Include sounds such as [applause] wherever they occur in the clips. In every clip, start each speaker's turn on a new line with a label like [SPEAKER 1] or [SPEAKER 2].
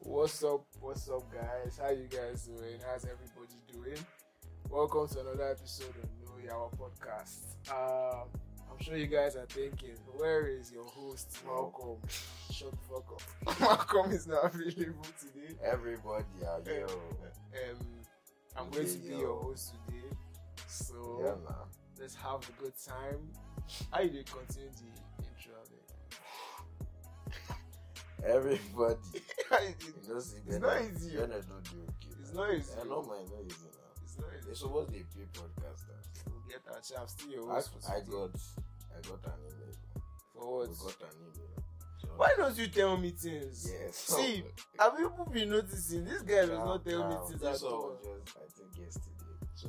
[SPEAKER 1] What's up? What's up, guys? How you guys doing? How's everybody doing? Welcome to another episode of New Yawa Podcast. Um, I'm sure you guys are thinking, where is your host, Malcolm? Shut the fuck up. [laughs] Malcolm is not available today.
[SPEAKER 2] Everybody, yeah, yo.
[SPEAKER 1] Um, I'm going to be
[SPEAKER 2] Yeah.
[SPEAKER 1] your host today.
[SPEAKER 2] Yeah,
[SPEAKER 1] So
[SPEAKER 2] man.
[SPEAKER 1] let's have a good time. How you doing? Continue the intro. man?
[SPEAKER 2] Everybody.
[SPEAKER 1] [laughs] How you
[SPEAKER 2] You
[SPEAKER 1] doing?
[SPEAKER 2] know, see,
[SPEAKER 1] It's
[SPEAKER 2] Bernard-
[SPEAKER 1] not easy, yo.
[SPEAKER 2] Bernard don't do okay.
[SPEAKER 1] It's
[SPEAKER 2] man.
[SPEAKER 1] not easy.
[SPEAKER 2] I know, man. It's not easy now.
[SPEAKER 1] It's not
[SPEAKER 2] They
[SPEAKER 1] easy.
[SPEAKER 2] supposed to pay podcasters.
[SPEAKER 1] We'll get our chat. I'm still your
[SPEAKER 2] I,
[SPEAKER 1] host for
[SPEAKER 2] I
[SPEAKER 1] today.
[SPEAKER 2] got, I got an email.
[SPEAKER 1] For
[SPEAKER 2] We
[SPEAKER 1] what?
[SPEAKER 2] got an email. So-
[SPEAKER 1] Why don't you tell me things?
[SPEAKER 2] Yes. [laughs]
[SPEAKER 1] See, Have people been noticing? This guy does not tell me things
[SPEAKER 2] This
[SPEAKER 1] at
[SPEAKER 2] one
[SPEAKER 1] all.
[SPEAKER 2] was just, I think, yesterday. So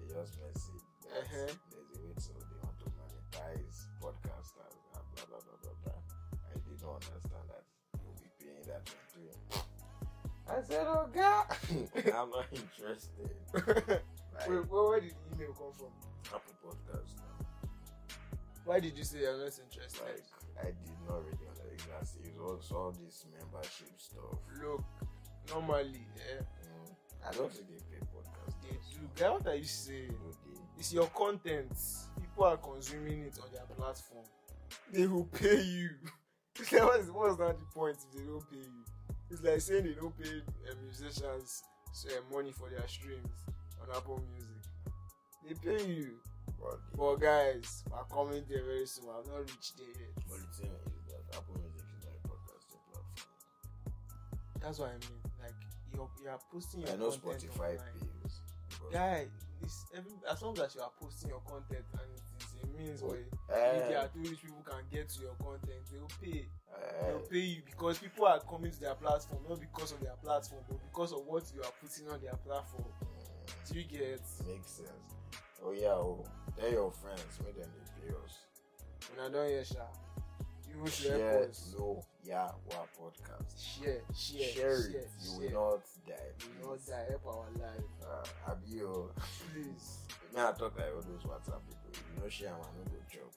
[SPEAKER 2] they just message.
[SPEAKER 1] Uh-huh.
[SPEAKER 2] There's a way so they want to monetize podcasters and blah blah blah blah blah. I did not understand that you'll be paying that for doing. I said, oh God, I'm not interested. Like,
[SPEAKER 1] Wait, where, where did the email come from?
[SPEAKER 2] Apple Podcasts now.
[SPEAKER 1] Why did you say you're not interested?
[SPEAKER 2] Like, I did not really understand. Exactly. It was all this membership stuff.
[SPEAKER 1] Look, normally, eh,
[SPEAKER 2] Mm. I don't think they pay podcasts.
[SPEAKER 1] they do. Guy, what are you saying?
[SPEAKER 2] Do they?
[SPEAKER 1] It's your content. People are consuming it on their platform. They will pay you. [laughs] what's, what's not the point if they don't pay you? It's like saying they don't pay uh, musicians uh, money for their streams on Apple Music. They pay you.
[SPEAKER 2] But they-
[SPEAKER 1] But guys, we're coming there very soon. I've not reached there
[SPEAKER 2] But
[SPEAKER 1] yet.
[SPEAKER 2] the thing is that Apple Music is not a podcasting platform.
[SPEAKER 1] That's what I mean. Like you're you are posting your
[SPEAKER 2] I know
[SPEAKER 1] content online.
[SPEAKER 2] Spotify pays. but-
[SPEAKER 1] Guy, it's every, as long as you are posting your content and it is a means where
[SPEAKER 2] Eh,
[SPEAKER 1] media through which people can get to your content, they will pay. They will
[SPEAKER 2] eh,
[SPEAKER 1] pay you because people are coming to their platform not because of their platform, but because of what you are putting on their platform.
[SPEAKER 2] mm,
[SPEAKER 1] Do you get?
[SPEAKER 2] Makes sense. Oh yeah, oh, tell your friends, make them they pay us.
[SPEAKER 1] When I don't hear, sha, you should help
[SPEAKER 2] Share
[SPEAKER 1] us.
[SPEAKER 2] no yeah wow podcast.
[SPEAKER 1] Share, share,
[SPEAKER 2] Share it.
[SPEAKER 1] share,
[SPEAKER 2] you
[SPEAKER 1] share.
[SPEAKER 2] will not die.
[SPEAKER 1] You know that help our life.
[SPEAKER 2] Uh, Abio,
[SPEAKER 1] Please.
[SPEAKER 2] me I talk like all those WhatsApp people. If you know share, I'm not go job.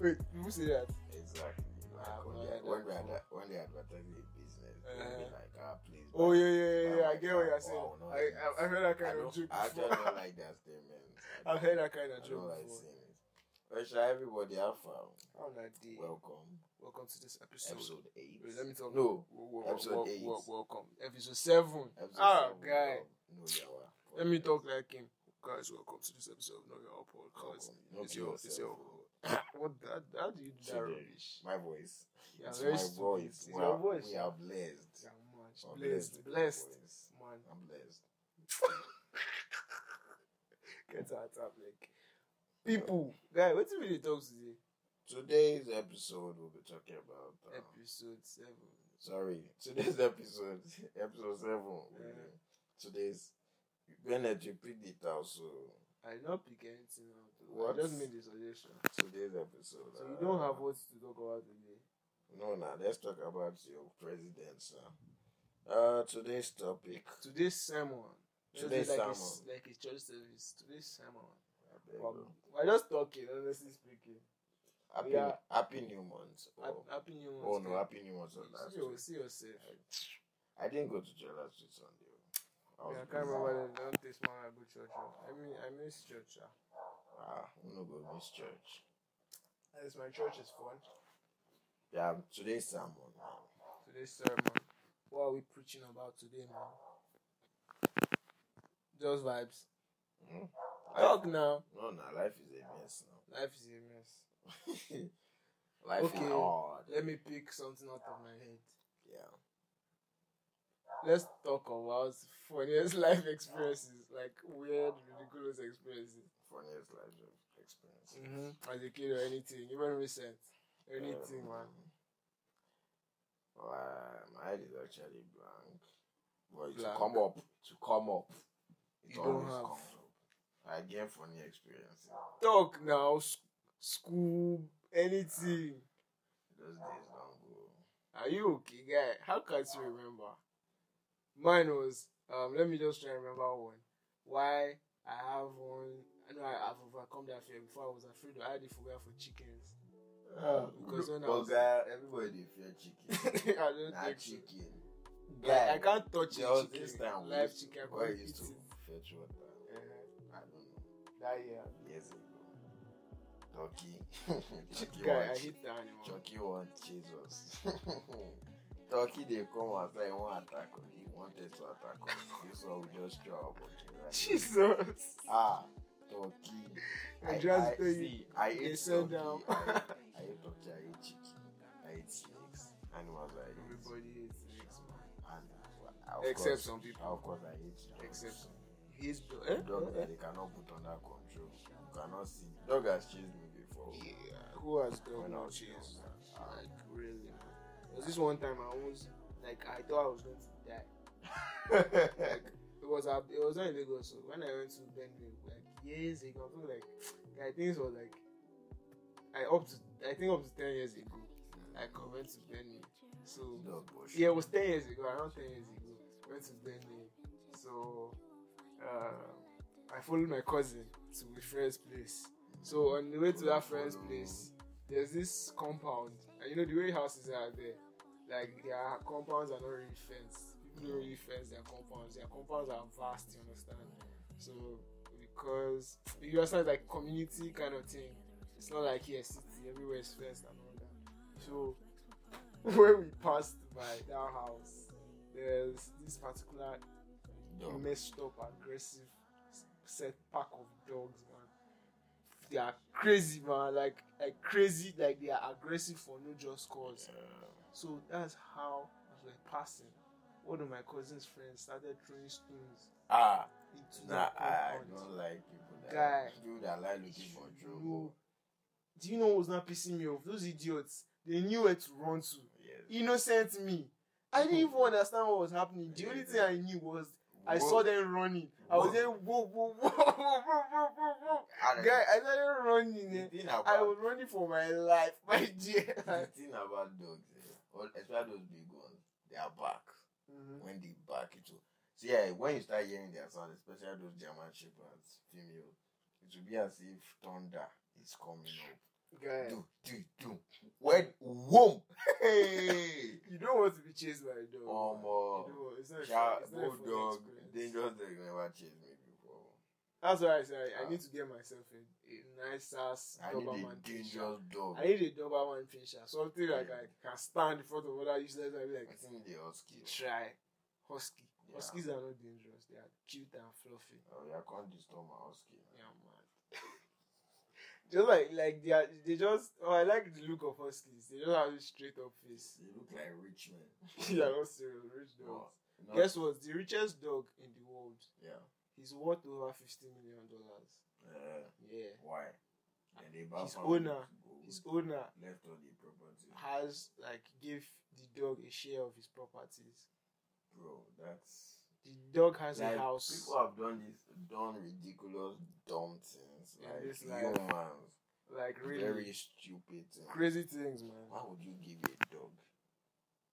[SPEAKER 1] Wait, people say that.
[SPEAKER 2] Exactly. Like,
[SPEAKER 1] Ah,
[SPEAKER 2] when,
[SPEAKER 1] man,
[SPEAKER 2] they, when,
[SPEAKER 1] that-
[SPEAKER 2] they adver- when they advertise a business, they'll be
[SPEAKER 1] Uh-huh.
[SPEAKER 2] like, ah, please.
[SPEAKER 1] Oh
[SPEAKER 2] buy
[SPEAKER 1] yeah, yeah, yeah.
[SPEAKER 2] I'm
[SPEAKER 1] yeah. I
[SPEAKER 2] like,
[SPEAKER 1] get what
[SPEAKER 2] oh,
[SPEAKER 1] you're saying.
[SPEAKER 2] wow, no,
[SPEAKER 1] I, I, I've heard that kind of
[SPEAKER 2] don't-
[SPEAKER 1] joke
[SPEAKER 2] I actually don't
[SPEAKER 1] before.
[SPEAKER 2] like that statement.
[SPEAKER 1] [laughs]
[SPEAKER 2] I
[SPEAKER 1] I've heard that kind of
[SPEAKER 2] I don't
[SPEAKER 1] joke
[SPEAKER 2] like
[SPEAKER 1] before.
[SPEAKER 2] saying it. Well, sure, everybody, how far?
[SPEAKER 1] How that day.
[SPEAKER 2] Welcome.
[SPEAKER 1] Welcome to this episode.
[SPEAKER 2] Episode 8.
[SPEAKER 1] Wait, let me talk. Wo-
[SPEAKER 2] No.
[SPEAKER 1] wo- wo-
[SPEAKER 2] episode
[SPEAKER 1] wo-
[SPEAKER 2] eight.
[SPEAKER 1] wo- welcome. Episode seven.
[SPEAKER 2] Episode
[SPEAKER 1] Ah,
[SPEAKER 2] seven,
[SPEAKER 1] guy.
[SPEAKER 2] No, no, yawa.
[SPEAKER 1] Let me talk like him. Guys, welcome to this episode of Know Your
[SPEAKER 2] Welcome.
[SPEAKER 1] Podcast.
[SPEAKER 2] Not
[SPEAKER 1] It's your, it's your.
[SPEAKER 2] yourself.
[SPEAKER 1] [coughs] What? That, how do you do that
[SPEAKER 2] Children.
[SPEAKER 1] rubbish?
[SPEAKER 2] My voice.
[SPEAKER 1] You are
[SPEAKER 2] It's
[SPEAKER 1] very
[SPEAKER 2] my
[SPEAKER 1] stupid.
[SPEAKER 2] voice.
[SPEAKER 1] It's
[SPEAKER 2] we
[SPEAKER 1] your
[SPEAKER 2] are,
[SPEAKER 1] voice.
[SPEAKER 2] We are blessed.
[SPEAKER 1] You're much
[SPEAKER 2] I'm
[SPEAKER 1] Blessed,
[SPEAKER 2] with my
[SPEAKER 1] blessed,
[SPEAKER 2] voice.
[SPEAKER 1] man.
[SPEAKER 2] I'm blessed.
[SPEAKER 1] Get out of like people. Guy, what do we dey talk today?
[SPEAKER 2] Today's episode, we'll be talking about. um,
[SPEAKER 1] Episode seven.
[SPEAKER 2] sorry. [laughs] Today's episode, episode 7. we'll be- Today's. Bennett, you picked it out, so.
[SPEAKER 1] I did not pick anything out.
[SPEAKER 2] What?
[SPEAKER 1] I just made the suggestion.
[SPEAKER 2] Today's episode.
[SPEAKER 1] So you don't
[SPEAKER 2] uh,
[SPEAKER 1] have what to talk about today.
[SPEAKER 2] No, nah, let's talk about your president, sir. Uh, today's topic.
[SPEAKER 1] Today's sermon. Let's
[SPEAKER 2] Today's
[SPEAKER 1] do like A,
[SPEAKER 2] sermon.
[SPEAKER 1] s- like a church service. Today's sermon.
[SPEAKER 2] I beg
[SPEAKER 1] Well,
[SPEAKER 2] you.
[SPEAKER 1] we're just talking, honestly speaking.
[SPEAKER 2] Happy,
[SPEAKER 1] yeah.
[SPEAKER 2] happy New Month. Oh,
[SPEAKER 1] Hap- Happy New Month.
[SPEAKER 2] oh, no,
[SPEAKER 1] guy.
[SPEAKER 2] Happy New Month.
[SPEAKER 1] See
[SPEAKER 2] on last
[SPEAKER 1] your-
[SPEAKER 2] week.
[SPEAKER 1] See yourself.
[SPEAKER 2] I didn't go to church last week Sunday.
[SPEAKER 1] Yeah,
[SPEAKER 2] oh. I was
[SPEAKER 1] I can't
[SPEAKER 2] busy.
[SPEAKER 1] remember the don't taste man I go church. oh. I mean, I miss church. ah.
[SPEAKER 2] Ah, I'm not going to miss church.
[SPEAKER 1] At least my church is fun.
[SPEAKER 2] Yeah, today's sermon. man.
[SPEAKER 1] Today's sermon. What are we preaching about today, man? Just vibes.
[SPEAKER 2] Hmm?
[SPEAKER 1] Talk now.
[SPEAKER 2] No, nah, life is a mess
[SPEAKER 1] Life is a mess.
[SPEAKER 2] now. life
[SPEAKER 1] Okay.
[SPEAKER 2] is hard.
[SPEAKER 1] Let me pick something out of my head.
[SPEAKER 2] Yeah.
[SPEAKER 1] Let's talk about funniest [laughs] life experiences, like weird, ridiculous experiences.
[SPEAKER 2] Funniest life experience.
[SPEAKER 1] Mm, As a kid or anything, even recent. Anything,
[SPEAKER 2] Um,
[SPEAKER 1] man.
[SPEAKER 2] Well, mine is actually blank. But to
[SPEAKER 1] Blank.
[SPEAKER 2] come up, to come up, it
[SPEAKER 1] You don't
[SPEAKER 2] always
[SPEAKER 1] have-
[SPEAKER 2] comes up. I get funny experiences.
[SPEAKER 1] Talk now, s- school, anything.
[SPEAKER 2] Those days don't go.
[SPEAKER 1] Are you okay, guy? How can't you remember? Mine was, um, let me just try and remember one. Why I have one, I know I have overcome that fear before. I was afraid of- I had a phobia for chickens. because when I
[SPEAKER 2] But
[SPEAKER 1] was-
[SPEAKER 2] guy, everybody dey fear chicken.
[SPEAKER 1] [laughs] I don't
[SPEAKER 2] Not
[SPEAKER 1] think so.
[SPEAKER 2] chicken.
[SPEAKER 1] Like,
[SPEAKER 2] guy.
[SPEAKER 1] I can't touch
[SPEAKER 2] There was
[SPEAKER 1] a
[SPEAKER 2] this
[SPEAKER 1] chicken.
[SPEAKER 2] time we
[SPEAKER 1] Live
[SPEAKER 2] used to-
[SPEAKER 1] chicken. I
[SPEAKER 2] where I
[SPEAKER 1] can't eat
[SPEAKER 2] used to
[SPEAKER 1] it.
[SPEAKER 2] fetch water. I don't know.
[SPEAKER 1] That year.
[SPEAKER 2] Years ago. Turkey. [laughs] Turkey
[SPEAKER 1] Guy, I
[SPEAKER 2] watch.
[SPEAKER 1] hate that animal.
[SPEAKER 2] Chucky won Jesus. [laughs] Turkey they come outside and won't attack us. He wanted to attack us. This one will just throw up right?
[SPEAKER 1] Jesus.
[SPEAKER 2] Ah, Turkey.
[SPEAKER 1] [laughs] I just
[SPEAKER 2] I,
[SPEAKER 1] tell you,
[SPEAKER 2] see,
[SPEAKER 1] they
[SPEAKER 2] I hate
[SPEAKER 1] sell
[SPEAKER 2] Turkey.
[SPEAKER 1] down.
[SPEAKER 2] I, [laughs]
[SPEAKER 1] [laughs]
[SPEAKER 2] I hate Turkey. I hate chicken. I hate snakes. Animals I hate.
[SPEAKER 1] Everybody hates snakes, man.
[SPEAKER 2] And, uh, of
[SPEAKER 1] Except
[SPEAKER 2] course,
[SPEAKER 1] some people.
[SPEAKER 2] Of course I hate dogs.
[SPEAKER 1] Except some. He's. Eh?
[SPEAKER 2] Dogs
[SPEAKER 1] Eh?
[SPEAKER 2] that they cannot put under control. You cannot see. Dog has chased me before.
[SPEAKER 1] Yeah, who has done
[SPEAKER 2] When I
[SPEAKER 1] no
[SPEAKER 2] was
[SPEAKER 1] chills?
[SPEAKER 2] younger.
[SPEAKER 1] Like really, man. There was this one time I was like I thought I was going to die. Like it was up, it was not in Lagos. So when I went to Benue, like years ago, I feel like I think it was like I up to I think up to ten years ago. Like [laughs] I went to Benue, so
[SPEAKER 2] Dog was
[SPEAKER 1] yeah, it was ten years ago. Around ten years ago, went to Benue. So uh, I followed my cousin to his friend's place. So on the way to that friend's place, there's this compound, and you know the way houses are there, like their compounds are not really fenced. People don't really fence their compounds. Their compounds are vast. You understand? So because you understand like community kind of thing. It's not like here city, everywhere is fenced and all that. So [laughs] when we passed by that house, there's this particular
[SPEAKER 2] Dog.
[SPEAKER 1] messed up, aggressive set pack of dogs, man. They are crazy, man. Like like crazy, like they are aggressive for no just cause.
[SPEAKER 2] Uh,
[SPEAKER 1] So that's how as we're passing, one of my cousin's friends started throwing stones
[SPEAKER 2] Ah,
[SPEAKER 1] into
[SPEAKER 2] nah,
[SPEAKER 1] the
[SPEAKER 2] I
[SPEAKER 1] compound.
[SPEAKER 2] don't like people that
[SPEAKER 1] Guy.
[SPEAKER 2] people that like looking for trouble.
[SPEAKER 1] No. Do you know what's not pissing me off? Those idiots. They knew where to run to.
[SPEAKER 2] Yes.
[SPEAKER 1] Innocent me. I didn't
[SPEAKER 2] [laughs]
[SPEAKER 1] even understand what was happening. The only thing I knew was I
[SPEAKER 2] Whoa.
[SPEAKER 1] saw them running. I was
[SPEAKER 2] Whoa.
[SPEAKER 1] there, whoa, whoa, whoa, whoa, whoa, whoa, whoa, whoa.
[SPEAKER 2] I don't-
[SPEAKER 1] Guy, I started running.
[SPEAKER 2] The
[SPEAKER 1] eh.
[SPEAKER 2] thing about
[SPEAKER 1] I was running for my life, [laughs] my dear. [laughs]
[SPEAKER 2] the thing about dogs, eh, all- especially those big ones, they are back. When they back, it will. So yeah, when you start hearing their sound, especially those German shepherds, female, it will be as if thunder is coming up.
[SPEAKER 1] Guy,
[SPEAKER 2] Do do do. When whoom. Hey.
[SPEAKER 1] [laughs] you don't want to be chased by a dog. man.
[SPEAKER 2] Um, uh,
[SPEAKER 1] you don't, it's not a
[SPEAKER 2] Child,
[SPEAKER 1] fun- it's not a fun
[SPEAKER 2] bulldog,
[SPEAKER 1] experience.
[SPEAKER 2] dangerous dog never chased me before.
[SPEAKER 1] That's why I said I,
[SPEAKER 2] Ah.
[SPEAKER 1] I need to get myself a, a nice ass
[SPEAKER 2] I need
[SPEAKER 1] Doberman
[SPEAKER 2] a
[SPEAKER 1] Pinscher.
[SPEAKER 2] dangerous dog.
[SPEAKER 1] I need a Doberman Pinscher. Something like
[SPEAKER 2] Yeah.
[SPEAKER 1] I can stand in front of other useless and be like,
[SPEAKER 2] I think the husky.
[SPEAKER 1] try. Husky.
[SPEAKER 2] Yeah.
[SPEAKER 1] Huskies are not dangerous. They are cute and fluffy.
[SPEAKER 2] Oh, yeah, can't disturb my husky.
[SPEAKER 1] Yeah,
[SPEAKER 2] [laughs]
[SPEAKER 1] man. just like like they are, they just oh I like the look of huskies. They just have a straight up
[SPEAKER 2] [laughs]
[SPEAKER 1] face.
[SPEAKER 2] They look like rich men.
[SPEAKER 1] they are not serious rich dogs.
[SPEAKER 2] No, no,
[SPEAKER 1] Guess what? The richest dog in the world.
[SPEAKER 2] Yeah.
[SPEAKER 1] He's worth over fifty million dollars.
[SPEAKER 2] Uh,
[SPEAKER 1] Yeah.
[SPEAKER 2] why? And they buy
[SPEAKER 1] His
[SPEAKER 2] farm
[SPEAKER 1] owner.
[SPEAKER 2] with
[SPEAKER 1] His
[SPEAKER 2] gold,
[SPEAKER 1] owner
[SPEAKER 2] left all the property.
[SPEAKER 1] has like gave the dog a share of his properties.
[SPEAKER 2] Bro, that's
[SPEAKER 1] The dog has
[SPEAKER 2] like,
[SPEAKER 1] a house.
[SPEAKER 2] People have done this, done ridiculous, dumb things.
[SPEAKER 1] In
[SPEAKER 2] Like
[SPEAKER 1] this life.
[SPEAKER 2] humans,
[SPEAKER 1] Like really
[SPEAKER 2] very stupid things.
[SPEAKER 1] crazy things, man.
[SPEAKER 2] Why would you give a dog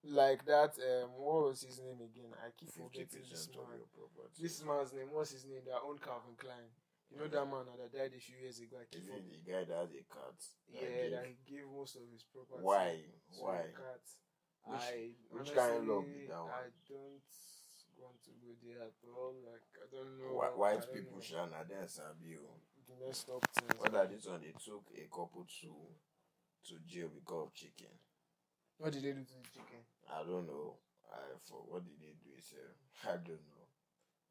[SPEAKER 1] Like that. Um, what was his name again? I keep
[SPEAKER 2] fifty
[SPEAKER 1] forgetting this
[SPEAKER 2] percent of
[SPEAKER 1] man.
[SPEAKER 2] your property?
[SPEAKER 1] This man's name. What's his name? Their own Calvin Klein. You know that man that died a few years ago. I keep
[SPEAKER 2] Is
[SPEAKER 1] forgetting.
[SPEAKER 2] it the guy that has a cat? that
[SPEAKER 1] Yeah,
[SPEAKER 2] gave-
[SPEAKER 1] that he gave most of his property.
[SPEAKER 2] Why?
[SPEAKER 1] to
[SPEAKER 2] Why?
[SPEAKER 1] the cat.
[SPEAKER 2] Which-
[SPEAKER 1] I
[SPEAKER 2] which kind of love
[SPEAKER 1] honestly,
[SPEAKER 2] is that one?
[SPEAKER 1] I don't want to go there at all. Like I don't know.
[SPEAKER 2] Why?
[SPEAKER 1] I
[SPEAKER 2] White
[SPEAKER 1] don't
[SPEAKER 2] people
[SPEAKER 1] know.
[SPEAKER 2] shall not dance and be home.
[SPEAKER 1] The messed up things.
[SPEAKER 2] What are this one? They took a couple to to jail because of chicken.
[SPEAKER 1] What did they do to the chicken?
[SPEAKER 2] I don't know. I for what did they do? Sir? [laughs] I don't know.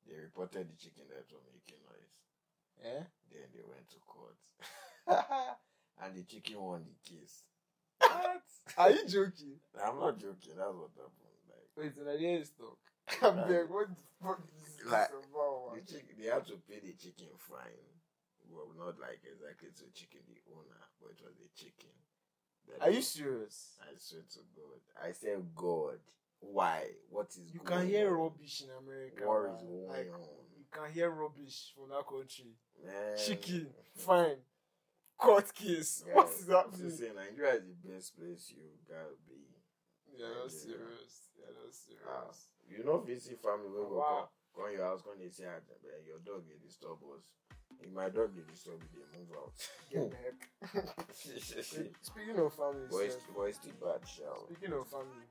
[SPEAKER 2] They reported the chicken that was making noise.
[SPEAKER 1] [laughs] Eh?
[SPEAKER 2] Then they went to court, [laughs] and the chicken won the case. What?
[SPEAKER 1] Are you joking?
[SPEAKER 2] I'm not joking. That's what happened. Like
[SPEAKER 1] Wait, so I didn't talk. [laughs] I'm
[SPEAKER 2] Right.
[SPEAKER 1] like, what the fuck is this
[SPEAKER 2] Like,
[SPEAKER 1] about?
[SPEAKER 2] the chick, they had to pay the chicken fine. Well, not like exactly to chicken the owner, but it was the chicken. that
[SPEAKER 1] Are
[SPEAKER 2] they-
[SPEAKER 1] you serious?
[SPEAKER 2] I swear to God. I said, God, why? What is
[SPEAKER 1] You
[SPEAKER 2] going
[SPEAKER 1] can hear
[SPEAKER 2] on?
[SPEAKER 1] rubbish in America.
[SPEAKER 2] War is
[SPEAKER 1] man.
[SPEAKER 2] going
[SPEAKER 1] Like,
[SPEAKER 2] on.
[SPEAKER 1] you can hear rubbish from that country.
[SPEAKER 2] Man.
[SPEAKER 1] Chicken, fine. Court case.
[SPEAKER 2] Yeah,
[SPEAKER 1] What is
[SPEAKER 2] I'm just
[SPEAKER 1] happening?
[SPEAKER 2] saying, Nigeria is the best place you gotta be.
[SPEAKER 1] You're not
[SPEAKER 2] Yeah.
[SPEAKER 1] serious. You're not
[SPEAKER 2] Ah,
[SPEAKER 1] serious.
[SPEAKER 2] you know, visit family when go
[SPEAKER 1] Wow.
[SPEAKER 2] come, come your house, come they say, "Ah, man, your dog will disturb us. If my dog will disturb you, they move out.
[SPEAKER 1] Get back.
[SPEAKER 2] but
[SPEAKER 1] Speaking of family,
[SPEAKER 2] it's,
[SPEAKER 1] sir,
[SPEAKER 2] but it's too bad, shall
[SPEAKER 1] speaking of family,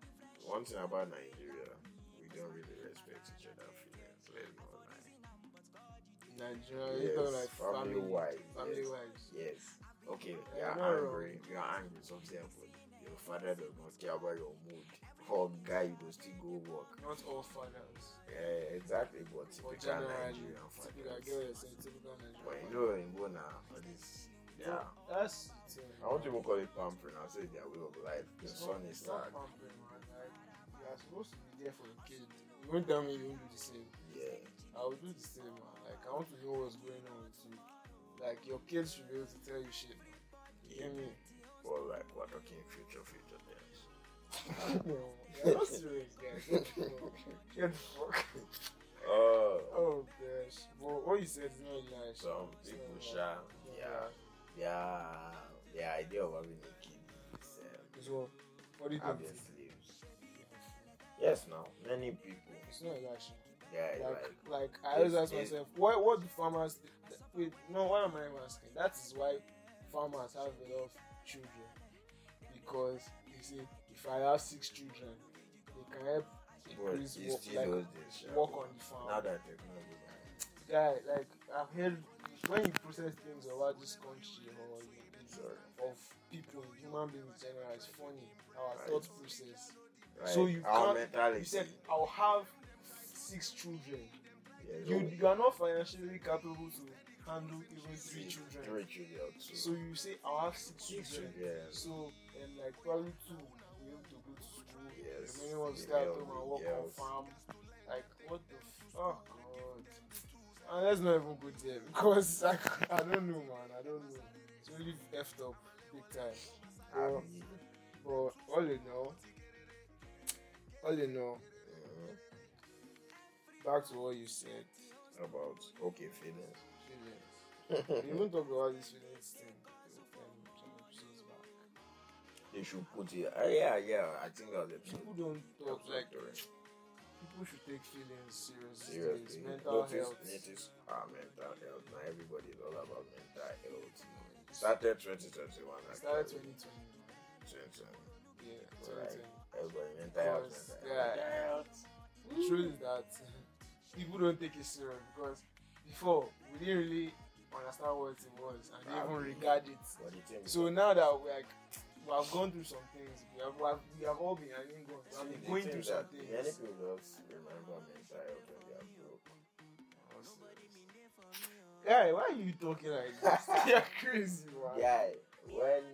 [SPEAKER 2] One thing about Nigeria, we don't really respect each other feelings. Let's not lie.
[SPEAKER 1] Nigeria,
[SPEAKER 2] Yes,
[SPEAKER 1] you know, like
[SPEAKER 2] family
[SPEAKER 1] family
[SPEAKER 2] wise,
[SPEAKER 1] Family
[SPEAKER 2] yes.
[SPEAKER 1] wise.
[SPEAKER 2] Yes. Okay,
[SPEAKER 1] Yeah,
[SPEAKER 2] you're
[SPEAKER 1] no, no.
[SPEAKER 2] angry. You're angry. Something happened. Your father does not care about your mood. Poor guy, you will still go work.
[SPEAKER 1] Not all fathers.
[SPEAKER 2] Yeah, exactly. But
[SPEAKER 1] But
[SPEAKER 2] typical
[SPEAKER 1] generally,
[SPEAKER 2] Nigerian
[SPEAKER 1] typical, I
[SPEAKER 2] fathers.
[SPEAKER 1] get what you're saying, typical
[SPEAKER 2] But
[SPEAKER 1] Nigerian
[SPEAKER 2] you know, in Bona, for this, yeah.
[SPEAKER 1] That's the thing.
[SPEAKER 2] I want people to call it pampering. I'll say their way of life. The
[SPEAKER 1] It's
[SPEAKER 2] son
[SPEAKER 1] not-
[SPEAKER 2] is
[SPEAKER 1] it's not
[SPEAKER 2] sad.
[SPEAKER 1] pampering, man. Like, you are supposed to be there for the kid. You won't tell me you won't do the same.
[SPEAKER 2] Yeah.
[SPEAKER 1] I will do the same, man. Like, I want to know what's going on with you. Like, your kids should be able to tell you shit. You
[SPEAKER 2] yeah.
[SPEAKER 1] hear me?
[SPEAKER 2] Or like, we're talking future, future
[SPEAKER 1] [laughs]
[SPEAKER 2] things.
[SPEAKER 1] You're not serious, guys. Get the fuck- Get the fuck.
[SPEAKER 2] Oh.
[SPEAKER 1] Oh, gosh. But what you said is not nice.
[SPEAKER 2] Some
[SPEAKER 1] It's
[SPEAKER 2] people,
[SPEAKER 1] not
[SPEAKER 2] sha,
[SPEAKER 1] nice.
[SPEAKER 2] yeah, yeah, the idea of having a kid is
[SPEAKER 1] It's what? What do you
[SPEAKER 2] um, having
[SPEAKER 1] think?
[SPEAKER 2] slaves. Yes, now many people,
[SPEAKER 1] It's not election.
[SPEAKER 2] yeah,
[SPEAKER 1] Like,
[SPEAKER 2] like,
[SPEAKER 1] like I always
[SPEAKER 2] Yes,
[SPEAKER 1] ask
[SPEAKER 2] yes.
[SPEAKER 1] myself, why, what do farmers? Wait, no, why am I even asking? That is why farmers have a lot of children because they say if I have six children, they can help
[SPEAKER 2] but
[SPEAKER 1] increase
[SPEAKER 2] it's
[SPEAKER 1] work,
[SPEAKER 2] still
[SPEAKER 1] like
[SPEAKER 2] those days. sha.
[SPEAKER 1] work on the farm.
[SPEAKER 2] now that technology, man,
[SPEAKER 1] Guy, like I've heard when you process things about this country or
[SPEAKER 2] sorry,
[SPEAKER 1] of people, human beings in general, it's funny our
[SPEAKER 2] Right.
[SPEAKER 1] thought process.
[SPEAKER 2] right?
[SPEAKER 1] So you
[SPEAKER 2] our
[SPEAKER 1] can't-
[SPEAKER 2] mentality,
[SPEAKER 1] You said I'll have six children.
[SPEAKER 2] yes,
[SPEAKER 1] you
[SPEAKER 2] oh,
[SPEAKER 1] you are not financially capable to handle even three
[SPEAKER 2] three
[SPEAKER 1] children.
[SPEAKER 2] three children, or two,
[SPEAKER 1] So you say I'll have six
[SPEAKER 2] six
[SPEAKER 1] children.
[SPEAKER 2] children,
[SPEAKER 1] So and like probably two will be able to go to school.
[SPEAKER 2] Yes.
[SPEAKER 1] The remaining ones
[SPEAKER 2] The
[SPEAKER 1] start
[SPEAKER 2] girls,
[SPEAKER 1] home
[SPEAKER 2] the
[SPEAKER 1] and work on
[SPEAKER 2] girls.
[SPEAKER 1] farm. Like what the f- oh god. And let's not even go there because [laughs] I, I don't know man, I don't know. It's really effed up big time.
[SPEAKER 2] I
[SPEAKER 1] But,
[SPEAKER 2] mean,
[SPEAKER 1] but all in all all in all,
[SPEAKER 2] mm,
[SPEAKER 1] back to what you said.
[SPEAKER 2] about okay, fitness.
[SPEAKER 1] Feelings. We [laughs] even talk about this feelings thing. um, some episodes back.
[SPEAKER 2] they should put it, uh, yeah, yeah. I think that was episode.
[SPEAKER 1] People don't talk like
[SPEAKER 2] Sorry.
[SPEAKER 1] people should take feelings seriously. It's
[SPEAKER 2] Seriously,
[SPEAKER 1] mental
[SPEAKER 2] notice,
[SPEAKER 1] health.
[SPEAKER 2] notice our mental health. Now everybody is all about mental health. Started 2021.
[SPEAKER 1] It started
[SPEAKER 2] actually.
[SPEAKER 1] 2020.
[SPEAKER 2] 2020.
[SPEAKER 1] Yeah,
[SPEAKER 2] Right.
[SPEAKER 1] 2020.
[SPEAKER 2] Everybody mental health.
[SPEAKER 1] Because,
[SPEAKER 2] mental
[SPEAKER 1] yeah.
[SPEAKER 2] health, mental health.
[SPEAKER 1] The truth is that [laughs] people don't take it serious because before we didn't really understand what it was and didn't even
[SPEAKER 2] Probably.
[SPEAKER 1] regard it.
[SPEAKER 2] But the thing is,
[SPEAKER 1] So now that we're like, we have gone through some things, we have, we have, we have all been, I mean, going, we have
[SPEAKER 2] the
[SPEAKER 1] been going through
[SPEAKER 2] thing is
[SPEAKER 1] some
[SPEAKER 2] that
[SPEAKER 1] things.
[SPEAKER 2] Many people just remember mental health when they are broke.
[SPEAKER 1] Yeah, why are you talking like this? [laughs] You're crazy, man.
[SPEAKER 2] Guy, when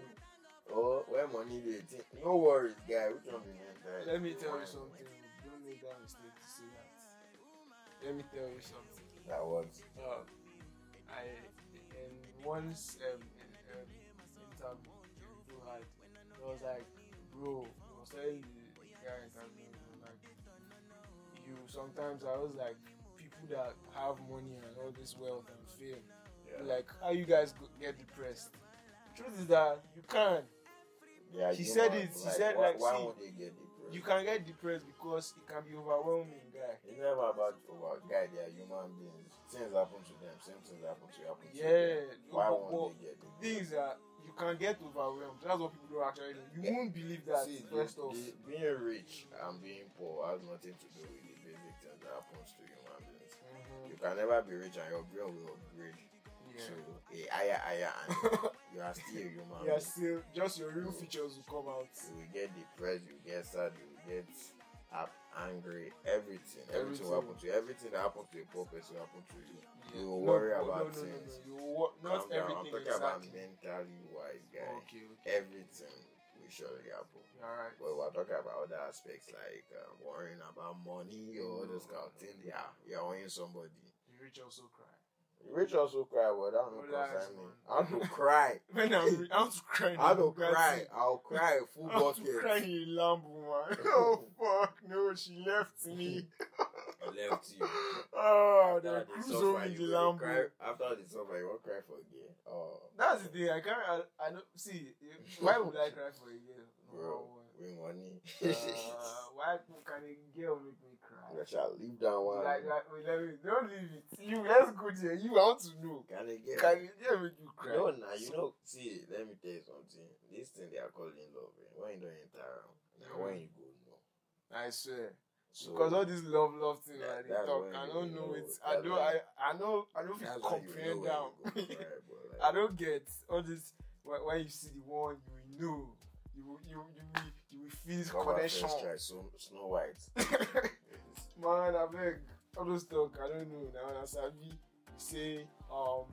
[SPEAKER 2] oh when money they think, no worries, guy. We can be mental. health.
[SPEAKER 1] Let me tell you
[SPEAKER 2] One-
[SPEAKER 1] something. Don't make that mistake to say that. Let me tell you something.
[SPEAKER 2] That was
[SPEAKER 1] Um, I in once um, in, um, interview you had, I was like, bro, I was telling the guy interviewing me, like, you sometimes I was like, people that have money and all this wealth and fame,
[SPEAKER 2] yeah.
[SPEAKER 1] like, how you guys go- get depressed? Truth is that you can.
[SPEAKER 2] Yeah,
[SPEAKER 1] He
[SPEAKER 2] you
[SPEAKER 1] said
[SPEAKER 2] know,
[SPEAKER 1] it, he said,
[SPEAKER 2] why,
[SPEAKER 1] like,
[SPEAKER 2] why
[SPEAKER 1] see,
[SPEAKER 2] would they get depressed?
[SPEAKER 1] You can get depressed because it can be overwhelming, guy.
[SPEAKER 2] It's never about our guy, they are human beings. Things happen to them, same things happen to happen to them.
[SPEAKER 1] Yeah.
[SPEAKER 2] Why
[SPEAKER 1] but-
[SPEAKER 2] won't they get
[SPEAKER 1] but
[SPEAKER 2] it?
[SPEAKER 1] things that you can get overwhelmed. That's what people don't actually know. You
[SPEAKER 2] Yeah.
[SPEAKER 1] won't believe that
[SPEAKER 2] See,
[SPEAKER 1] first
[SPEAKER 2] the-
[SPEAKER 1] off.
[SPEAKER 2] the- being rich and being poor has nothing to do with the basic things that happens to human beings.
[SPEAKER 1] Mhm.
[SPEAKER 2] You can never be rich and your brain will upgrade
[SPEAKER 1] Yeah.
[SPEAKER 2] to a higher, higher, and
[SPEAKER 1] [laughs]
[SPEAKER 2] you are still a human
[SPEAKER 1] yeah,
[SPEAKER 2] being.
[SPEAKER 1] still just your real features will come out.
[SPEAKER 2] You will get depressed, you will get sad, you will get up, angry, everything. Everything
[SPEAKER 1] Everything.
[SPEAKER 2] will happen to you. Everything that happens to a poor person will happen to you.
[SPEAKER 1] Yeah.
[SPEAKER 2] You will worry
[SPEAKER 1] no, no, no, no,
[SPEAKER 2] about things.
[SPEAKER 1] No, no. You will, not
[SPEAKER 2] Calm down, I'm
[SPEAKER 1] everything Oh.
[SPEAKER 2] talking
[SPEAKER 1] exactly.
[SPEAKER 2] about mentally wise guy.
[SPEAKER 1] Okay, okay.
[SPEAKER 2] Everything will surely happen.
[SPEAKER 1] All right.
[SPEAKER 2] But we're talking about other aspects like um, worrying about money or those kind of things. Yeah, you're owing somebody.
[SPEAKER 1] The rich also cry. [laughs]
[SPEAKER 2] Rich also cry, but that don't
[SPEAKER 1] Relax,
[SPEAKER 2] concern me.
[SPEAKER 1] man.
[SPEAKER 2] I don't [laughs] cry.
[SPEAKER 1] When
[SPEAKER 2] [laughs]
[SPEAKER 1] I'm, re- I'm crying.
[SPEAKER 2] I don't cry. [laughs] I'll cry a full
[SPEAKER 1] I'm
[SPEAKER 2] bucket.
[SPEAKER 1] crying in Lambo,
[SPEAKER 2] [laughs]
[SPEAKER 1] man. Oh fuck, no, she left me.
[SPEAKER 2] I left [laughs] you.
[SPEAKER 1] Oh, the
[SPEAKER 2] After the
[SPEAKER 1] cruise
[SPEAKER 2] suffer,
[SPEAKER 1] over the
[SPEAKER 2] you will cry.
[SPEAKER 1] Lambo.
[SPEAKER 2] After the suffer, you won't cry for again. Oh,
[SPEAKER 1] That's the thing. I can't. I, I don't see. Why would I cry for a girl?
[SPEAKER 2] bro, we [laughs] money.
[SPEAKER 1] Uh, why can a girl make me cry?
[SPEAKER 2] I shall leave that one.
[SPEAKER 1] Like, like, wait, let me. Don't leave it. You let's go there. You want to know?
[SPEAKER 2] Can I get?
[SPEAKER 1] Can a girl make you cry?
[SPEAKER 2] No, nah, you know, see, let me tell you something. This thing they are calling love, eh, when you don't enter around, now when you go, no.
[SPEAKER 1] I swear.
[SPEAKER 2] So
[SPEAKER 1] because all this love love thing
[SPEAKER 2] That-
[SPEAKER 1] that,
[SPEAKER 2] that's
[SPEAKER 1] they talk
[SPEAKER 2] when
[SPEAKER 1] i
[SPEAKER 2] you
[SPEAKER 1] don't
[SPEAKER 2] know.
[SPEAKER 1] know it i
[SPEAKER 2] That's
[SPEAKER 1] don't
[SPEAKER 2] when-
[SPEAKER 1] i i know i don't feel
[SPEAKER 2] that's how you know
[SPEAKER 1] comprehend
[SPEAKER 2] when
[SPEAKER 1] down
[SPEAKER 2] you go [laughs] far, but like-
[SPEAKER 1] i don't get all this when, when you see the one you will know you will you you will you will feel this
[SPEAKER 2] Come out first
[SPEAKER 1] connection
[SPEAKER 2] try, Snow- Snow [laughs] White.
[SPEAKER 1] man abeg all those talk i don't know na una sabi you say um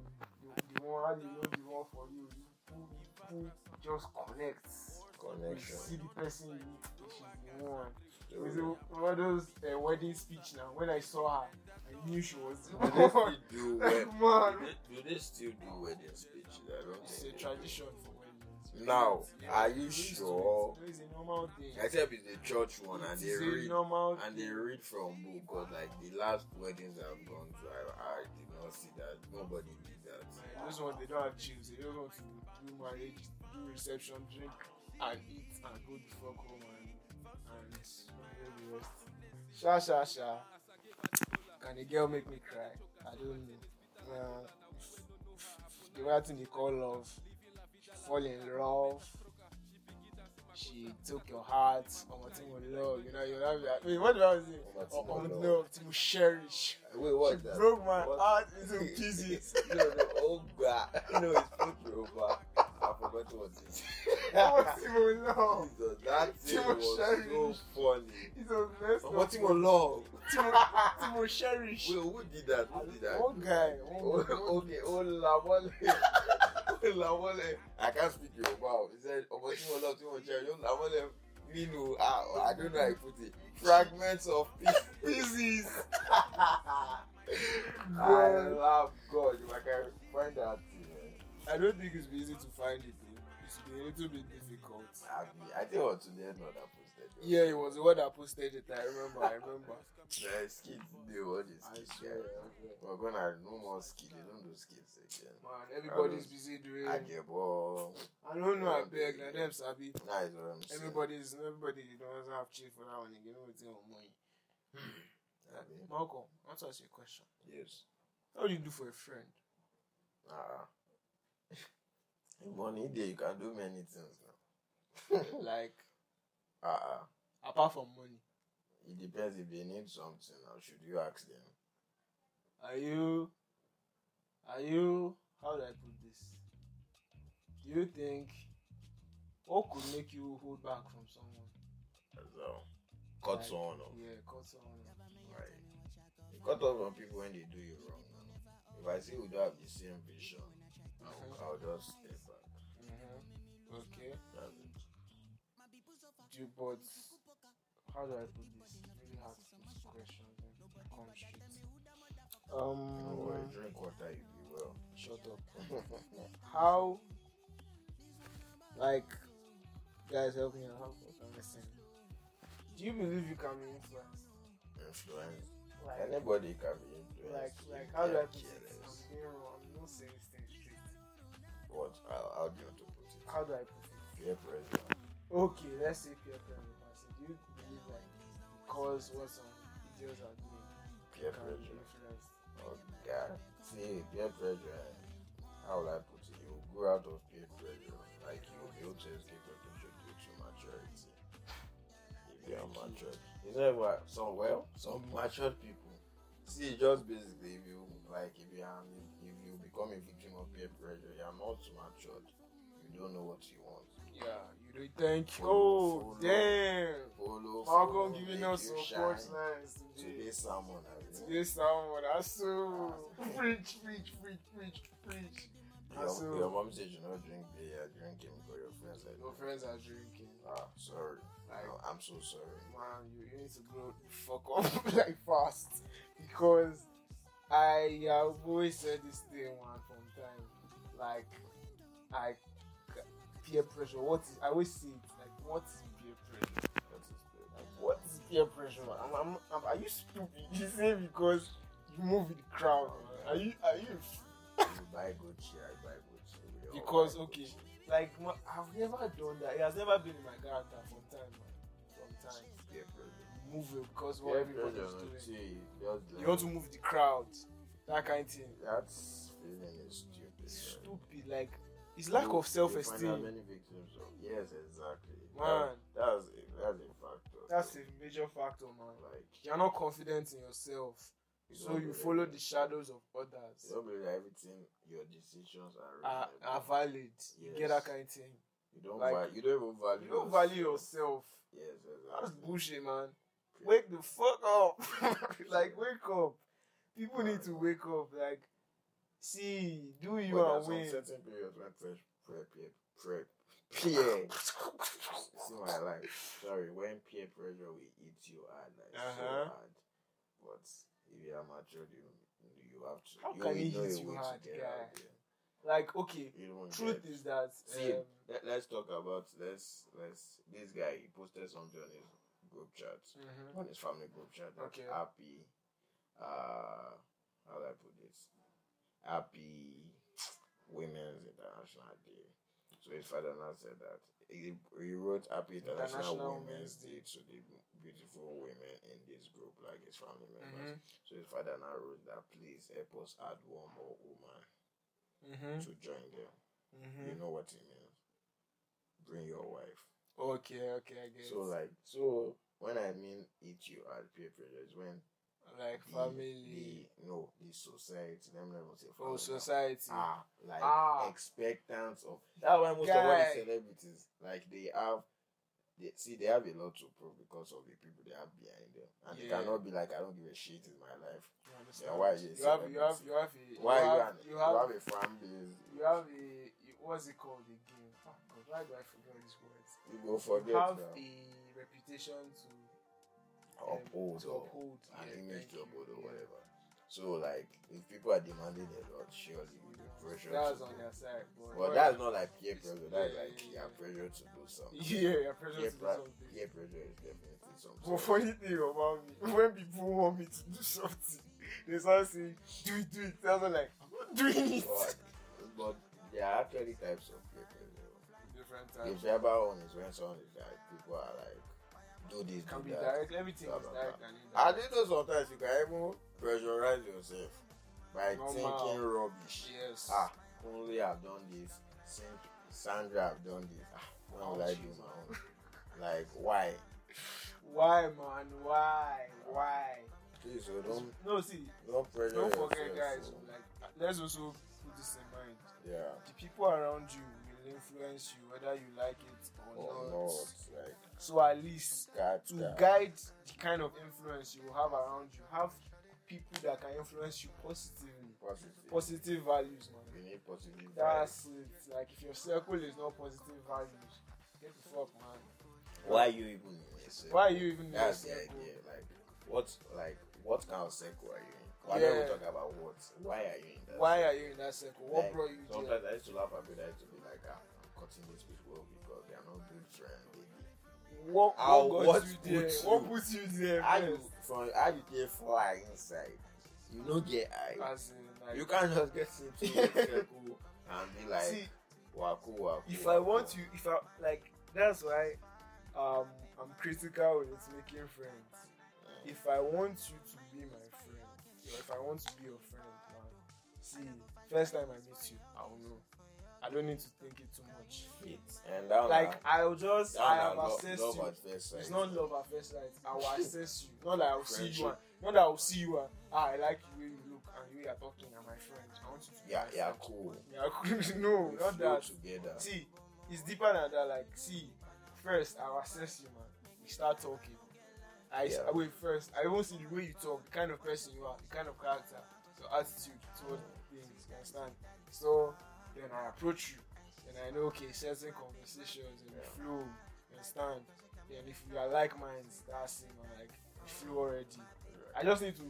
[SPEAKER 1] the, the one how they know the one for you you pull you pull just connect you
[SPEAKER 2] Connection.
[SPEAKER 1] see the person you need if she's the one.
[SPEAKER 2] So,
[SPEAKER 1] It was one of those uh, wedding speech now. When I saw her, I knew she was the
[SPEAKER 2] do they
[SPEAKER 1] [laughs] one. Like, [laughs]
[SPEAKER 2] still do wed-
[SPEAKER 1] man.
[SPEAKER 2] do they still do wedding speeches? I don't
[SPEAKER 1] It's a
[SPEAKER 2] think they do.
[SPEAKER 1] tradition for weddings.
[SPEAKER 2] Now,
[SPEAKER 1] Yeah.
[SPEAKER 2] are you
[SPEAKER 1] It used to be-
[SPEAKER 2] sure?
[SPEAKER 1] It's a normal thing.
[SPEAKER 2] Except it's the church one and
[SPEAKER 1] It's
[SPEAKER 2] they
[SPEAKER 1] a
[SPEAKER 2] read
[SPEAKER 1] normal
[SPEAKER 2] and they read from book because like the last weddings I've gone to, I, I did not see that. Nobody did that.
[SPEAKER 1] thing. Those ones, they don't have chills. They just want to do marriage, do reception, drink, and eat, and go the fuck home and, and enjoy the rest. Sha, sha, sha. Can a girl make me cry? I don't know. Uh, the other thing they call love. Fall in love. She took your heart. Or what thing will love? You know, you have your. Wait, what do I say?
[SPEAKER 2] Ọmọ tí
[SPEAKER 1] Or
[SPEAKER 2] mo
[SPEAKER 1] or
[SPEAKER 2] love.
[SPEAKER 1] love to cherish.
[SPEAKER 2] Wait, what
[SPEAKER 1] She
[SPEAKER 2] is that?
[SPEAKER 1] broke my
[SPEAKER 2] What?
[SPEAKER 1] heart
[SPEAKER 2] [laughs]
[SPEAKER 1] into pieces.
[SPEAKER 2] no, no, oh god. No, it's not over. I forgot what it is.
[SPEAKER 1] What thing will love?
[SPEAKER 2] [laughs] Jesus, that thing
[SPEAKER 1] Timo
[SPEAKER 2] was so funny.
[SPEAKER 1] He's a mess.
[SPEAKER 2] But what Timo love?
[SPEAKER 1] Timo, Timo Cherish.
[SPEAKER 2] Wait, who did that? Who did that?
[SPEAKER 1] One guy.
[SPEAKER 2] Oh,
[SPEAKER 1] One guy.
[SPEAKER 2] [laughs] okay, oh Lawale. [laughs] Oh Lawale. I can't speak Yoruba. He said, Ọmọ tí mo lọ tí mo jẹ, yóò Lawale nínú, ah, I don't know how you put it, fragments of [laughs] peace.
[SPEAKER 1] Pieces.
[SPEAKER 2] I
[SPEAKER 1] Bro.
[SPEAKER 2] love God. If I can find that thing, eh,
[SPEAKER 1] I don't think it's easy to find it. Though. It's been a little bit difficult.
[SPEAKER 2] I'll be- I think it was today, not that posted.
[SPEAKER 1] Yeah, it was the one that posted it. I remember. I remember.
[SPEAKER 2] The skit, the word is
[SPEAKER 1] I
[SPEAKER 2] skit.
[SPEAKER 1] swear.
[SPEAKER 2] guy.
[SPEAKER 1] I swear.
[SPEAKER 2] We're gonna no more skit. They don't do skits again.
[SPEAKER 1] Man, everybody's busy doing.
[SPEAKER 2] Agebo.
[SPEAKER 1] I don't know. I beg. Now them sabi.
[SPEAKER 2] That is what I'm saying.
[SPEAKER 1] Everybody's everybody doesn't have chill for that one again. Everything on money.
[SPEAKER 2] Abi?
[SPEAKER 1] Malcolm, I want to ask you a question.
[SPEAKER 2] Yes.
[SPEAKER 1] How do you do for a friend?
[SPEAKER 2] Ah. [laughs] Money day, you can do many things now. [laughs]
[SPEAKER 1] like
[SPEAKER 2] Ah, ah.
[SPEAKER 1] apart from money.
[SPEAKER 2] It depends if they need something or should you ask them.
[SPEAKER 1] Are you? Are you? How do I put this? Do you think what could make you hold back from someone?
[SPEAKER 2] So, cut
[SPEAKER 1] Like,
[SPEAKER 2] someone off.
[SPEAKER 1] Yeah, cut someone. off.
[SPEAKER 2] Right. You cut off on people when they do you wrong. Now. If I see we don't have the same vision, I'll, I'll just step back.
[SPEAKER 1] Mhm. Okay.
[SPEAKER 2] That's it.
[SPEAKER 1] Do you, but how do I put this? It's Really hard to put this question. then Come straight.
[SPEAKER 2] Don't worry,
[SPEAKER 1] Um.
[SPEAKER 2] drink water, you'll be
[SPEAKER 1] [laughs]
[SPEAKER 2] well.
[SPEAKER 1] Shut up. How? Like, guys, help me out. How can I say? Do you believe you can be influenced?
[SPEAKER 2] Influence.
[SPEAKER 1] Like,
[SPEAKER 2] Anybody can be influenced.
[SPEAKER 1] like, like how do I
[SPEAKER 2] Yeah,
[SPEAKER 1] put it?
[SPEAKER 2] careless.
[SPEAKER 1] I'm being wrong. I'm not saying this thing straight.
[SPEAKER 2] What? How, how do you want to put it?
[SPEAKER 1] How do I put it?
[SPEAKER 2] Peer pressure.
[SPEAKER 1] Okay, let's say peer pressure. I said, do you believe like because what some idiots are doing
[SPEAKER 2] Peer
[SPEAKER 1] can be
[SPEAKER 2] pressure.
[SPEAKER 1] influenced?
[SPEAKER 2] Oh God. See, peer pressure. How would I put it? You grow out of peer pressure. Like you will be able to escape peer pressure due to maturity. If you are matured, is that what? Some well, some matured people. See, just basically, if you like, if you are, if you become a victim of peer pressure, you are not matured. You don't know what you want.
[SPEAKER 1] Yeah, you don't thank you. Oh,
[SPEAKER 2] Follow, follow.
[SPEAKER 1] damn.
[SPEAKER 2] Follow. follow,
[SPEAKER 1] Malcolm
[SPEAKER 2] make
[SPEAKER 1] giving us
[SPEAKER 2] you
[SPEAKER 1] some
[SPEAKER 2] shine.
[SPEAKER 1] punchlines today.
[SPEAKER 2] Today, someone. I mean.
[SPEAKER 1] Yes, someone. I so preach, preach, preach, preach, preach. I
[SPEAKER 2] Your,
[SPEAKER 1] saw-
[SPEAKER 2] your mom said you not drink beer, drink him for your friends. Like,
[SPEAKER 1] Your friends are drinking.
[SPEAKER 2] Ah, sorry.
[SPEAKER 1] Like,
[SPEAKER 2] No, I'm so sorry.
[SPEAKER 1] man, you, you need to grow the fuck up [laughs] like fast because I have always said this thing one from time. Like, I peer pressure. What is? I always see it. Like, what is peer pressure?
[SPEAKER 2] That is good.
[SPEAKER 1] Like, what is peer pressure? I'm, I'm, I'm, are you stupid? [laughs] You say because you move with the crowd. man. Are you? Are you?
[SPEAKER 2] You buy Gucci, I buy Gucci. we all
[SPEAKER 1] Because,
[SPEAKER 2] buy
[SPEAKER 1] okay.
[SPEAKER 2] Gucci.
[SPEAKER 1] Like, ma- I've never done that. It has never been in my character from time, man. From time.
[SPEAKER 2] Peer pressure.
[SPEAKER 1] Move it because what
[SPEAKER 2] Peer
[SPEAKER 1] everybody's
[SPEAKER 2] pressure,
[SPEAKER 1] doing.
[SPEAKER 2] see, just
[SPEAKER 1] You want to
[SPEAKER 2] like-
[SPEAKER 1] move the crowd. That kind of thing.
[SPEAKER 2] That's feeling is stupid.
[SPEAKER 1] It's
[SPEAKER 2] right?
[SPEAKER 1] stupid. Like, it's
[SPEAKER 2] You-
[SPEAKER 1] lack
[SPEAKER 2] you
[SPEAKER 1] of
[SPEAKER 2] find out
[SPEAKER 1] self esteem.
[SPEAKER 2] many victims of- Yes, exactly.
[SPEAKER 1] Man.
[SPEAKER 2] That, that's a, that's a factor.
[SPEAKER 1] That's a major factor, man.
[SPEAKER 2] Like,
[SPEAKER 1] You're not confident in yourself, so
[SPEAKER 2] don't
[SPEAKER 1] you
[SPEAKER 2] believe
[SPEAKER 1] follow
[SPEAKER 2] everything.
[SPEAKER 1] the shadows of others.
[SPEAKER 2] You don't believe everything. Your decisions are,
[SPEAKER 1] Are,
[SPEAKER 2] reasonable.
[SPEAKER 1] are valid. You get
[SPEAKER 2] Yes.
[SPEAKER 1] that kind of thing.
[SPEAKER 2] You don't
[SPEAKER 1] like,
[SPEAKER 2] value. You don't even value.
[SPEAKER 1] You don't value yourself.
[SPEAKER 2] yourself. Yes,
[SPEAKER 1] That's
[SPEAKER 2] exactly.
[SPEAKER 1] bullshit, man. Wake the fuck up. [laughs] like, wake up. People need to wake up. Like, see, do you and
[SPEAKER 2] But there's
[SPEAKER 1] win.
[SPEAKER 2] some certain periods where prep, prep, prep, peer. [laughs] See my life. Sorry, when peer pressure will eat you hard, like
[SPEAKER 1] Uh-huh.
[SPEAKER 2] so hard. But if you are mature, you you have to.
[SPEAKER 1] How
[SPEAKER 2] you
[SPEAKER 1] can
[SPEAKER 2] will
[SPEAKER 1] it
[SPEAKER 2] know
[SPEAKER 1] hit
[SPEAKER 2] a
[SPEAKER 1] you
[SPEAKER 2] way to
[SPEAKER 1] hard,
[SPEAKER 2] get
[SPEAKER 1] guy?
[SPEAKER 2] out there.
[SPEAKER 1] Like, okay,
[SPEAKER 2] You don't
[SPEAKER 1] truth
[SPEAKER 2] get-
[SPEAKER 1] is that.
[SPEAKER 2] See,
[SPEAKER 1] um,
[SPEAKER 2] let, let's talk about let's let's this guy. He posted something on his group chat.
[SPEAKER 1] mhm.
[SPEAKER 2] on his family group chat that
[SPEAKER 1] Okay.
[SPEAKER 2] happy uh how do I put this? Happy Women's International Day. So his father now said that he, he wrote Happy
[SPEAKER 1] International
[SPEAKER 2] International, Women's
[SPEAKER 1] Women's
[SPEAKER 2] Day to the beautiful women in this group, like his family
[SPEAKER 1] Mhm.
[SPEAKER 2] members. So his father now wrote that please help us add one more woman
[SPEAKER 1] Mhm.
[SPEAKER 2] to join them. You
[SPEAKER 1] Mhm.
[SPEAKER 2] know what it means. Bring your wife.
[SPEAKER 1] Okay, okay, I get
[SPEAKER 2] So
[SPEAKER 1] it.
[SPEAKER 2] like so when I mean eat you at peer pressure is when
[SPEAKER 1] Like,
[SPEAKER 2] the-
[SPEAKER 1] family.
[SPEAKER 2] the- no, the society. Let me not even say family.
[SPEAKER 1] Oh,
[SPEAKER 2] now.
[SPEAKER 1] society.
[SPEAKER 2] Ah, like
[SPEAKER 1] Ah.
[SPEAKER 2] expectants of. That's why most of all
[SPEAKER 1] Guy.
[SPEAKER 2] the celebrities, like they have, they see they have a lot to prove because of the people they have behind them, and they
[SPEAKER 1] Yeah.
[SPEAKER 2] cannot be like I don't give a shit in my life.
[SPEAKER 1] You understand?
[SPEAKER 2] why is it
[SPEAKER 1] you have, you have,
[SPEAKER 2] celebrity?
[SPEAKER 1] you have, a,
[SPEAKER 2] Why
[SPEAKER 1] you
[SPEAKER 2] you,
[SPEAKER 1] have,
[SPEAKER 2] an-
[SPEAKER 1] you have,
[SPEAKER 2] a fan base?
[SPEAKER 1] you have a, you- what's it called again? Oh God, why do I forget these words?
[SPEAKER 2] You go forget
[SPEAKER 1] you have
[SPEAKER 2] now.
[SPEAKER 1] a reputation to um,
[SPEAKER 2] uphold
[SPEAKER 1] to
[SPEAKER 2] or
[SPEAKER 1] uphold,
[SPEAKER 2] an
[SPEAKER 1] yeah,
[SPEAKER 2] image
[SPEAKER 1] thank
[SPEAKER 2] to
[SPEAKER 1] you,
[SPEAKER 2] uphold or
[SPEAKER 1] yeah.
[SPEAKER 2] whatever. So like, if people are demanding a lot, surely with the pressure.
[SPEAKER 1] That's
[SPEAKER 2] to
[SPEAKER 1] on
[SPEAKER 2] do
[SPEAKER 1] their side. But
[SPEAKER 2] Well, that's not like peer pressure. That's
[SPEAKER 1] Yeah,
[SPEAKER 2] like
[SPEAKER 1] yeah,
[SPEAKER 2] you are
[SPEAKER 1] yeah.
[SPEAKER 2] pressured to do
[SPEAKER 1] [laughs]
[SPEAKER 2] something.
[SPEAKER 1] yeah, you're pressured
[SPEAKER 2] Peer,
[SPEAKER 1] to do
[SPEAKER 2] pra-
[SPEAKER 1] something.
[SPEAKER 2] peer pressure is definitely something.
[SPEAKER 1] But
[SPEAKER 2] [laughs]
[SPEAKER 1] funny thing about me, when people want me to do something, they start saying, "Do it, do it." That's not like, "I'm not doing it."
[SPEAKER 2] But, but there are actually types of peer pressure.
[SPEAKER 1] Different
[SPEAKER 2] The
[SPEAKER 1] types.
[SPEAKER 2] verbal one is when someone is like, people are like, do this,
[SPEAKER 1] Can
[SPEAKER 2] do
[SPEAKER 1] be
[SPEAKER 2] that.
[SPEAKER 1] direct. Everything
[SPEAKER 2] blah,
[SPEAKER 1] is
[SPEAKER 2] blah,
[SPEAKER 1] direct
[SPEAKER 2] blah.
[SPEAKER 1] and
[SPEAKER 2] I
[SPEAKER 1] indirect.
[SPEAKER 2] did know sometimes you can even pressurize yourself by
[SPEAKER 1] Normal.
[SPEAKER 2] thinking rubbish.
[SPEAKER 1] Yes.
[SPEAKER 2] Ah, only have done this. Sin- Sandra have done this. Ah, when
[SPEAKER 1] Oh,
[SPEAKER 2] will I do my own? Like, why?
[SPEAKER 1] Why, man? Why? Why?
[SPEAKER 2] Please, so don't,
[SPEAKER 1] No, see,
[SPEAKER 2] don't pressure
[SPEAKER 1] don't forget,
[SPEAKER 2] yourself,
[SPEAKER 1] guys.
[SPEAKER 2] so-
[SPEAKER 1] Like, let's also put this in mind.
[SPEAKER 2] Yeah.
[SPEAKER 1] The people around you will influence you, whether you like it or, not.
[SPEAKER 2] Or not. Oh, Like,
[SPEAKER 1] So at least
[SPEAKER 2] God,
[SPEAKER 1] to
[SPEAKER 2] God.
[SPEAKER 1] guide the kind of influence you will have around you, have people that can influence you positively.
[SPEAKER 2] Positive.
[SPEAKER 1] Positive values, man.
[SPEAKER 2] We need positive.
[SPEAKER 1] That's it. Like if your circle is not positive values, get the fuck, man.
[SPEAKER 2] vibes. Why you even in a circle?
[SPEAKER 1] Why are you even in a
[SPEAKER 2] That's the
[SPEAKER 1] circle?
[SPEAKER 2] idea. Like, what, like, what kind of circle are you in? Why
[SPEAKER 1] Yeah.
[SPEAKER 2] don't we talk about what? Why are you in that?
[SPEAKER 1] Why
[SPEAKER 2] circle?
[SPEAKER 1] are you in that circle? What
[SPEAKER 2] Like,
[SPEAKER 1] brought you there?
[SPEAKER 2] Sometimes I used to laugh at people that used to be like, ah, I'm cutting these people because they are not good friends. They-
[SPEAKER 1] What,
[SPEAKER 2] How-
[SPEAKER 1] what got
[SPEAKER 2] Ah, what
[SPEAKER 1] you there?
[SPEAKER 2] put
[SPEAKER 1] What
[SPEAKER 2] you-
[SPEAKER 1] put you there?
[SPEAKER 2] How
[SPEAKER 1] first?
[SPEAKER 2] you from how you get fly inside? You don't get high.
[SPEAKER 1] As in, like,
[SPEAKER 2] You can't just get [laughs] into a circle and be like,
[SPEAKER 1] see,
[SPEAKER 2] waku waku.
[SPEAKER 1] if I
[SPEAKER 2] waku."
[SPEAKER 1] want you, if I like, that's why um, I'm critical with making friends.
[SPEAKER 2] Yeah.
[SPEAKER 1] If I want you to be my friend, or if I want to be your friend, man, see, first time I meet you, I'll know. I don't need to think it too much.
[SPEAKER 2] and that
[SPEAKER 1] Like I'll just, I have
[SPEAKER 2] access
[SPEAKER 1] assessed
[SPEAKER 2] love
[SPEAKER 1] you.
[SPEAKER 2] at first sight.
[SPEAKER 1] It's not love at first sight. I
[SPEAKER 2] [laughs]
[SPEAKER 1] will assess you. Not that I will see you. And,
[SPEAKER 2] Friendship.
[SPEAKER 1] not that I will see you. And, ah, I like the way you look and the way you are talking. And my friend, I want you to be [laughs]
[SPEAKER 2] Yeah,
[SPEAKER 1] my
[SPEAKER 2] yeah,
[SPEAKER 1] friend.
[SPEAKER 2] cool.
[SPEAKER 1] Yeah, cool. no,
[SPEAKER 2] We
[SPEAKER 1] not
[SPEAKER 2] flow
[SPEAKER 1] that.
[SPEAKER 2] together.
[SPEAKER 1] See, it's deeper than that. Like, see, first I will assess you, man. We start talking. I
[SPEAKER 2] Yeah.
[SPEAKER 1] I wait first. I won't see the way you talk, the kind of person you are, the kind of character, your attitude toward things. You understand? So then I approach you, and I know okay, certain conversations and
[SPEAKER 2] Yeah.
[SPEAKER 1] the flow. You understand? Then if we are like minds, that's it, man. Like the flow already. I just need to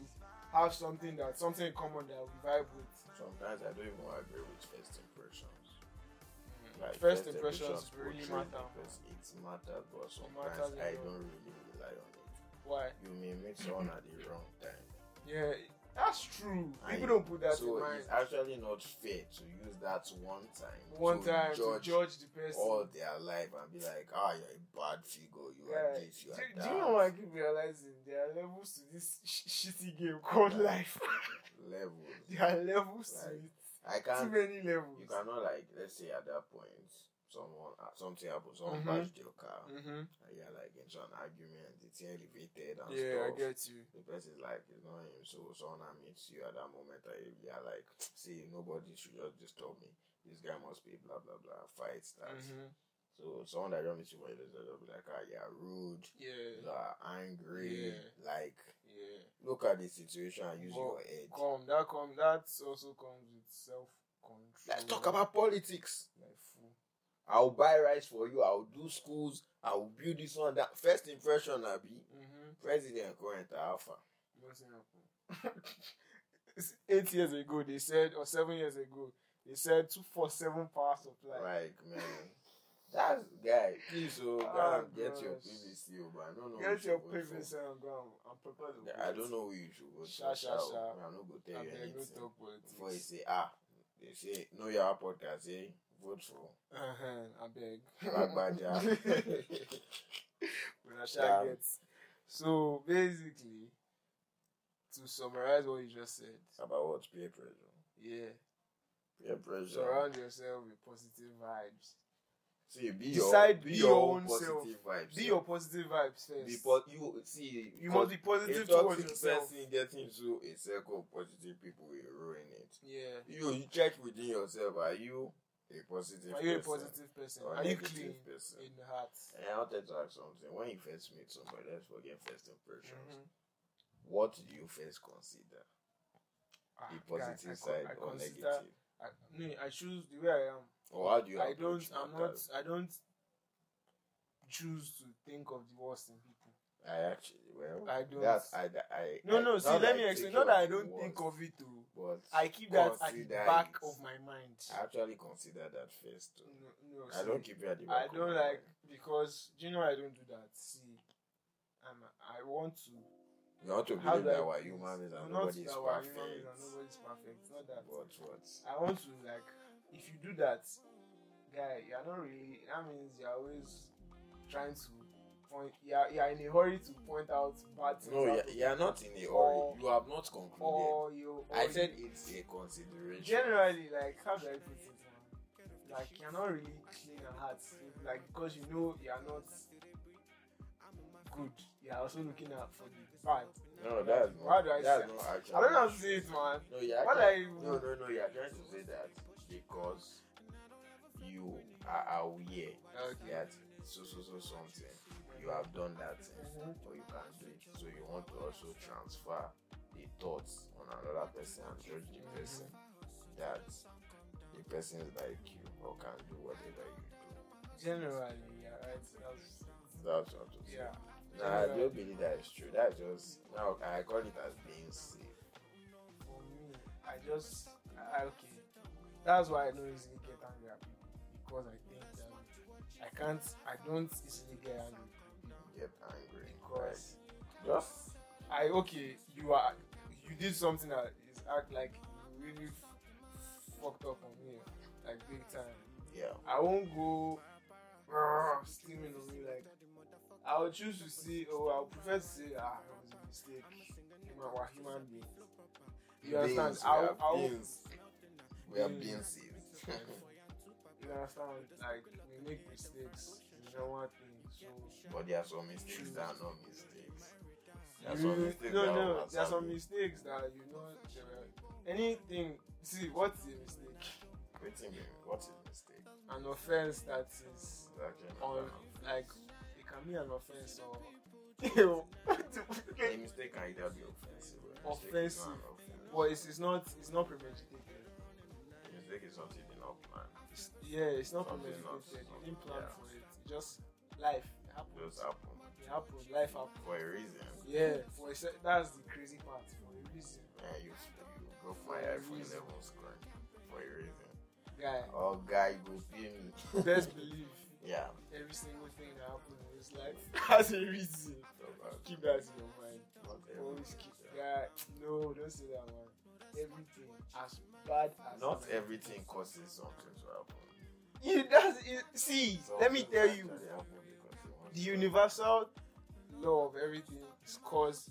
[SPEAKER 1] have something that something in common that we vibe with.
[SPEAKER 2] Sometimes I don't even agree with first impressions. Mm-hmm.
[SPEAKER 1] first impressions really
[SPEAKER 2] portray
[SPEAKER 1] matter.
[SPEAKER 2] the person. It's matter, but
[SPEAKER 1] matters
[SPEAKER 2] sometimes
[SPEAKER 1] a
[SPEAKER 2] I
[SPEAKER 1] lot.
[SPEAKER 2] don't really rely on it.
[SPEAKER 1] Why?
[SPEAKER 2] You may meet someone at the wrong time.
[SPEAKER 1] Yeah, that's true.
[SPEAKER 2] And
[SPEAKER 1] People don't put that
[SPEAKER 2] so
[SPEAKER 1] in mind.
[SPEAKER 2] it's actually not fair to use that one time.
[SPEAKER 1] One
[SPEAKER 2] to
[SPEAKER 1] time
[SPEAKER 2] judge,
[SPEAKER 1] to judge the person.
[SPEAKER 2] all their life and be like, ah, you're a bad figure. You
[SPEAKER 1] yeah.
[SPEAKER 2] are this. You
[SPEAKER 1] do,
[SPEAKER 2] are
[SPEAKER 1] do
[SPEAKER 2] that.
[SPEAKER 1] you know what I keep realizing? There are levels to this sh- shitty game called life. [laughs]
[SPEAKER 2] Level.
[SPEAKER 1] there are levels
[SPEAKER 2] Like,
[SPEAKER 1] to it.
[SPEAKER 2] I
[SPEAKER 1] Too
[SPEAKER 2] can't.
[SPEAKER 1] many levels.
[SPEAKER 2] You cannot like. Let's say at that point, someone uh, something happened, someone
[SPEAKER 1] Mhm.
[SPEAKER 2] bashed your car,
[SPEAKER 1] Mm-hmm.
[SPEAKER 2] and you're like into an argument, it's elevated and
[SPEAKER 1] Yeah,
[SPEAKER 2] stuff.
[SPEAKER 1] I get you.
[SPEAKER 2] the person's like, it's not him, so someone that meets you at that moment, I, you're like, see, nobody should just disturb me. This guy must be blah blah blah. Fight starts.
[SPEAKER 1] Mhm.
[SPEAKER 2] So someone that don't meet you for years, they'll be like, ah, you're rude,
[SPEAKER 1] Yeah,
[SPEAKER 2] you are angry,
[SPEAKER 1] Yeah.
[SPEAKER 2] like
[SPEAKER 1] yeah.
[SPEAKER 2] look at the situation and use
[SPEAKER 1] Well,
[SPEAKER 2] your head.
[SPEAKER 1] Come, that come, that also comes with self control.
[SPEAKER 2] Let's talk about politics.
[SPEAKER 1] like fool.
[SPEAKER 2] I'll buy rice for you. I'll do schools. I'll build this one. That first impression, I be
[SPEAKER 1] Mm-hmm.
[SPEAKER 2] president current alpha.
[SPEAKER 1] Nothing happened. [laughs] It's Eight years ago, they said, or seven years ago, they said two four seven power supply.
[SPEAKER 2] Like man, that's guy. Please, oh,
[SPEAKER 1] Ah,
[SPEAKER 2] God, get your
[SPEAKER 1] gosh.
[SPEAKER 2] PVC, oh, but I don't know. who
[SPEAKER 1] Get
[SPEAKER 2] should
[SPEAKER 1] your
[SPEAKER 2] vote for.
[SPEAKER 1] privacy and go and- and prepare the
[SPEAKER 2] Yeah, I
[SPEAKER 1] vote.
[SPEAKER 2] don't know who you should vote
[SPEAKER 1] Sha,
[SPEAKER 2] for.
[SPEAKER 1] sha,
[SPEAKER 2] sha,
[SPEAKER 1] sha.
[SPEAKER 2] I'm not gonna tell
[SPEAKER 1] And
[SPEAKER 2] you
[SPEAKER 1] then go
[SPEAKER 2] anything.
[SPEAKER 1] talk
[SPEAKER 2] Before you
[SPEAKER 1] politics.
[SPEAKER 2] say ah, they say no, your podcast. Say vote for
[SPEAKER 1] Uh-huh, I
[SPEAKER 2] [laughs]
[SPEAKER 1] beg. [laughs]
[SPEAKER 2] Bagbaja.
[SPEAKER 1] When I shall
[SPEAKER 2] Damn.
[SPEAKER 1] get. So basically, to summarize what you just said,
[SPEAKER 2] About what peer pressure?
[SPEAKER 1] yeah,
[SPEAKER 2] Peer pressure.
[SPEAKER 1] surround yourself with positive vibes.
[SPEAKER 2] See, be
[SPEAKER 1] Decide,
[SPEAKER 2] your, be
[SPEAKER 1] be
[SPEAKER 2] your,
[SPEAKER 1] your
[SPEAKER 2] own
[SPEAKER 1] own
[SPEAKER 2] positive vibes.
[SPEAKER 1] Be your positive vibes first.
[SPEAKER 2] be po- you see
[SPEAKER 1] you must be
[SPEAKER 2] a
[SPEAKER 1] positive towards
[SPEAKER 2] toxic
[SPEAKER 1] yourself.
[SPEAKER 2] person getting into a circle of positive people will ruin it.
[SPEAKER 1] Yeah.
[SPEAKER 2] You you check within yourself. Are you a positive?
[SPEAKER 1] Are you a
[SPEAKER 2] person
[SPEAKER 1] positive person?
[SPEAKER 2] or a
[SPEAKER 1] Are you
[SPEAKER 2] negative
[SPEAKER 1] clean
[SPEAKER 2] person?
[SPEAKER 1] in the heart?
[SPEAKER 2] And I wanted to ask something. When you first meet somebody, let's forget first impressions.
[SPEAKER 1] Mhm.
[SPEAKER 2] What do you first consider?
[SPEAKER 1] Ah, guy,
[SPEAKER 2] The
[SPEAKER 1] I
[SPEAKER 2] positive
[SPEAKER 1] con-
[SPEAKER 2] side
[SPEAKER 1] I
[SPEAKER 2] or
[SPEAKER 1] consider-
[SPEAKER 2] negative?
[SPEAKER 1] I, no, I choose the way I am.
[SPEAKER 2] Or how do you
[SPEAKER 1] I don't.
[SPEAKER 2] approach
[SPEAKER 1] I'm not.
[SPEAKER 2] matters?
[SPEAKER 1] I don't choose to think of the worst in people.
[SPEAKER 2] I actually well.
[SPEAKER 1] I don't.
[SPEAKER 2] That's I. I
[SPEAKER 1] no, no.
[SPEAKER 2] I- not
[SPEAKER 1] See, let
[SPEAKER 2] Eh, that
[SPEAKER 1] me
[SPEAKER 2] I
[SPEAKER 1] explain.
[SPEAKER 2] take
[SPEAKER 1] Not that I
[SPEAKER 2] your
[SPEAKER 1] don't think
[SPEAKER 2] words,
[SPEAKER 1] of it too.
[SPEAKER 2] but
[SPEAKER 1] I keep that at the
[SPEAKER 2] Consider
[SPEAKER 1] back
[SPEAKER 2] it.
[SPEAKER 1] of my mind.
[SPEAKER 2] I actually consider that first. Too.
[SPEAKER 1] No, no.
[SPEAKER 2] I
[SPEAKER 1] see,
[SPEAKER 2] don't keep it at the
[SPEAKER 1] I
[SPEAKER 2] back of
[SPEAKER 1] don't
[SPEAKER 2] my
[SPEAKER 1] like
[SPEAKER 2] mind.
[SPEAKER 1] because do you know I don't do that. See, I'm, I want to.
[SPEAKER 2] You want to
[SPEAKER 1] how
[SPEAKER 2] believe
[SPEAKER 1] do I
[SPEAKER 2] that we're
[SPEAKER 1] put it?
[SPEAKER 2] human beings and
[SPEAKER 1] Not
[SPEAKER 2] nobody is
[SPEAKER 1] that we're human beings
[SPEAKER 2] perfect.
[SPEAKER 1] and nobody's perfect. Not that.
[SPEAKER 2] But what?
[SPEAKER 1] I want to like if you do that, guy, you're not really that means you're always trying to point you're, you're in a hurry to point out bad things.
[SPEAKER 2] No,
[SPEAKER 1] out
[SPEAKER 2] you're,
[SPEAKER 1] of-
[SPEAKER 2] you're not in a hurry.
[SPEAKER 1] Or-
[SPEAKER 2] You have not concluded.
[SPEAKER 1] or you or
[SPEAKER 2] I said
[SPEAKER 1] you-
[SPEAKER 2] it's a consideration.
[SPEAKER 1] generally like how do I put it now? Like you're not really clean at heart. Like because you know you're not good. You're also looking out for the bad.
[SPEAKER 2] No, that's not.
[SPEAKER 1] How do I
[SPEAKER 2] that's
[SPEAKER 1] say-
[SPEAKER 2] not actually.
[SPEAKER 1] I don't know how to say it man.
[SPEAKER 2] No, you're
[SPEAKER 1] What
[SPEAKER 2] actually,
[SPEAKER 1] are you-
[SPEAKER 2] no, no, no. You're trying to say that because you are aware
[SPEAKER 1] Okay.
[SPEAKER 2] that so, so, so something you have done that thing,
[SPEAKER 1] Mhm.
[SPEAKER 2] or you can do it. So you want to also transfer the thoughts on another person and judge the person that the person is like you or can do whatever you do.
[SPEAKER 1] Generally, yeah, right. That's,
[SPEAKER 2] That's what I'm saying.
[SPEAKER 1] yeah.
[SPEAKER 2] Nah, I don't believe that is true. That's just now I call it as being safe.
[SPEAKER 1] for me, I just I, okay. That's why I don't easily get angry at people because I think that I can't, I don't easily get angry. with people.
[SPEAKER 2] Get angry.
[SPEAKER 1] Because-
[SPEAKER 2] Like, just
[SPEAKER 1] I okay, you are, you did something that is act like you really f- fucked up on me, like big time.
[SPEAKER 2] yeah.
[SPEAKER 1] I won't go "Rah," steaming on me like. I will choose to see, or I would prefer to say, ah, it was a mistake. Human, we're human beings. You understand?
[SPEAKER 2] Beings,
[SPEAKER 1] I
[SPEAKER 2] we
[SPEAKER 1] will-
[SPEAKER 2] are
[SPEAKER 1] I will-
[SPEAKER 2] beings. We are
[SPEAKER 1] Mm.
[SPEAKER 2] being safe. [laughs]
[SPEAKER 1] You understand? Like we make mistakes, you know what I mean? So
[SPEAKER 2] but there are some mistakes that are not mistakes. There are
[SPEAKER 1] You-
[SPEAKER 2] some mistakes
[SPEAKER 1] no,
[SPEAKER 2] that are
[SPEAKER 1] no, there are some
[SPEAKER 2] overstated.
[SPEAKER 1] mistakes that you know there were- anything. See, what's a mistake?
[SPEAKER 2] Wait a minute, what is mistake?
[SPEAKER 1] An offense that is
[SPEAKER 2] It's actually not
[SPEAKER 1] on
[SPEAKER 2] an offense.
[SPEAKER 1] like it can be an offense or [laughs] you
[SPEAKER 2] a mistake can either be offensive or a mistake is not
[SPEAKER 1] offensive,
[SPEAKER 2] an offense.
[SPEAKER 1] but it's, it's not it's not premeditated.
[SPEAKER 2] A mistake is something you did not plan.
[SPEAKER 1] It's, yeah, it's not
[SPEAKER 2] Something
[SPEAKER 1] premeditated.
[SPEAKER 2] not-
[SPEAKER 1] You didn't plan
[SPEAKER 2] yeah.
[SPEAKER 1] for it. It Just life it happens.
[SPEAKER 2] Just happened
[SPEAKER 1] It happens. Life happens.
[SPEAKER 2] for a reason.
[SPEAKER 1] Yeah, for a se- that's the crazy part. For a reason,
[SPEAKER 2] Man, you, you go for my iPhone 11 screen for a reason.
[SPEAKER 1] guy.
[SPEAKER 2] Oh, guy, you go pay me.
[SPEAKER 1] Best believe
[SPEAKER 2] [laughs] yeah.
[SPEAKER 1] every single thing that happens in this [laughs] life has a reason.
[SPEAKER 2] So bad.
[SPEAKER 1] Keep that in your mind.
[SPEAKER 2] Not every,
[SPEAKER 1] Always keep guy. No, don't say that man. Everything as bad as
[SPEAKER 2] not
[SPEAKER 1] it-
[SPEAKER 2] everything causes something to happen.
[SPEAKER 1] You that's it, see.
[SPEAKER 2] Something
[SPEAKER 1] let me tell you,
[SPEAKER 2] actually happened because you want
[SPEAKER 1] the
[SPEAKER 2] to-
[SPEAKER 1] universal law of everything is cause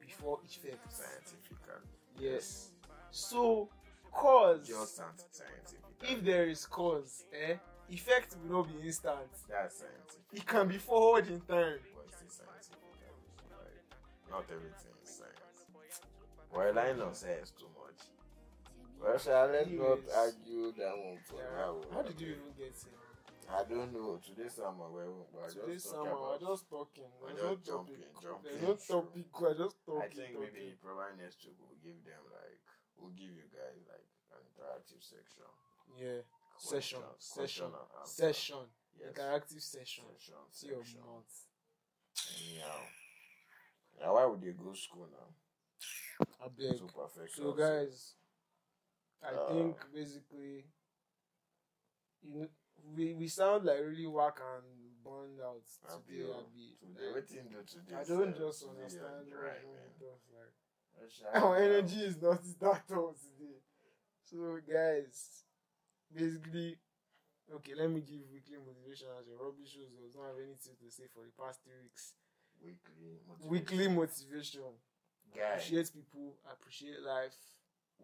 [SPEAKER 1] before effect.
[SPEAKER 2] Scientifically.
[SPEAKER 1] Yes. So cause.
[SPEAKER 2] Just scientifically.
[SPEAKER 1] if there is cause, eh, effect will not be instant.
[SPEAKER 2] That's scientific.
[SPEAKER 1] It can be forward in time.
[SPEAKER 2] But it's a scientific. Like, not everything is science. We're relying on science too much. Well, shall let's not
[SPEAKER 1] Yes.
[SPEAKER 2] argue that one for now.
[SPEAKER 1] How did you even get here?
[SPEAKER 2] I don't know. Today summer, we're, we're just
[SPEAKER 1] Today
[SPEAKER 2] talking
[SPEAKER 1] somehow,
[SPEAKER 2] about.
[SPEAKER 1] I just talking.
[SPEAKER 2] I
[SPEAKER 1] There's
[SPEAKER 2] just
[SPEAKER 1] no
[SPEAKER 2] jumping,
[SPEAKER 1] topic.
[SPEAKER 2] jumping.
[SPEAKER 1] There's no topic. I just talking.
[SPEAKER 2] I think maybe
[SPEAKER 1] talking.
[SPEAKER 2] probably next week we'll give them like we'll give you guys like an interactive section.
[SPEAKER 1] Yeah. Session,
[SPEAKER 2] Question-
[SPEAKER 1] session,
[SPEAKER 2] question and answer.
[SPEAKER 1] Session.
[SPEAKER 2] Yes.
[SPEAKER 1] Interactive session.
[SPEAKER 2] Session.
[SPEAKER 1] See your
[SPEAKER 2] Session.
[SPEAKER 1] mouth.
[SPEAKER 2] Anyhow. Now why would you go school now?
[SPEAKER 1] I beg.
[SPEAKER 2] To perfection.
[SPEAKER 1] So guys, I
[SPEAKER 2] Uh,
[SPEAKER 1] think basically, you know, we we sound like really whack and burned out
[SPEAKER 2] Abi,
[SPEAKER 1] today.
[SPEAKER 2] oh,
[SPEAKER 1] Abi.
[SPEAKER 2] Today,
[SPEAKER 1] Like,
[SPEAKER 2] what you do today?
[SPEAKER 1] I don't
[SPEAKER 2] sir?
[SPEAKER 1] just
[SPEAKER 2] Today you're
[SPEAKER 1] understand.
[SPEAKER 2] dry,
[SPEAKER 1] Right,
[SPEAKER 2] man.
[SPEAKER 1] like,
[SPEAKER 2] Russia,
[SPEAKER 1] [laughs] our
[SPEAKER 2] yeah.
[SPEAKER 1] energy is not [laughs] that on today. So guys, basically, okay, let me give weekly motivation as your rubbish shows. I don't have anything to say for the past three weeks.
[SPEAKER 2] uh, Weekly. motivation.
[SPEAKER 1] Weekly motivation.
[SPEAKER 2] Guy.
[SPEAKER 1] Appreciate people. Appreciate life.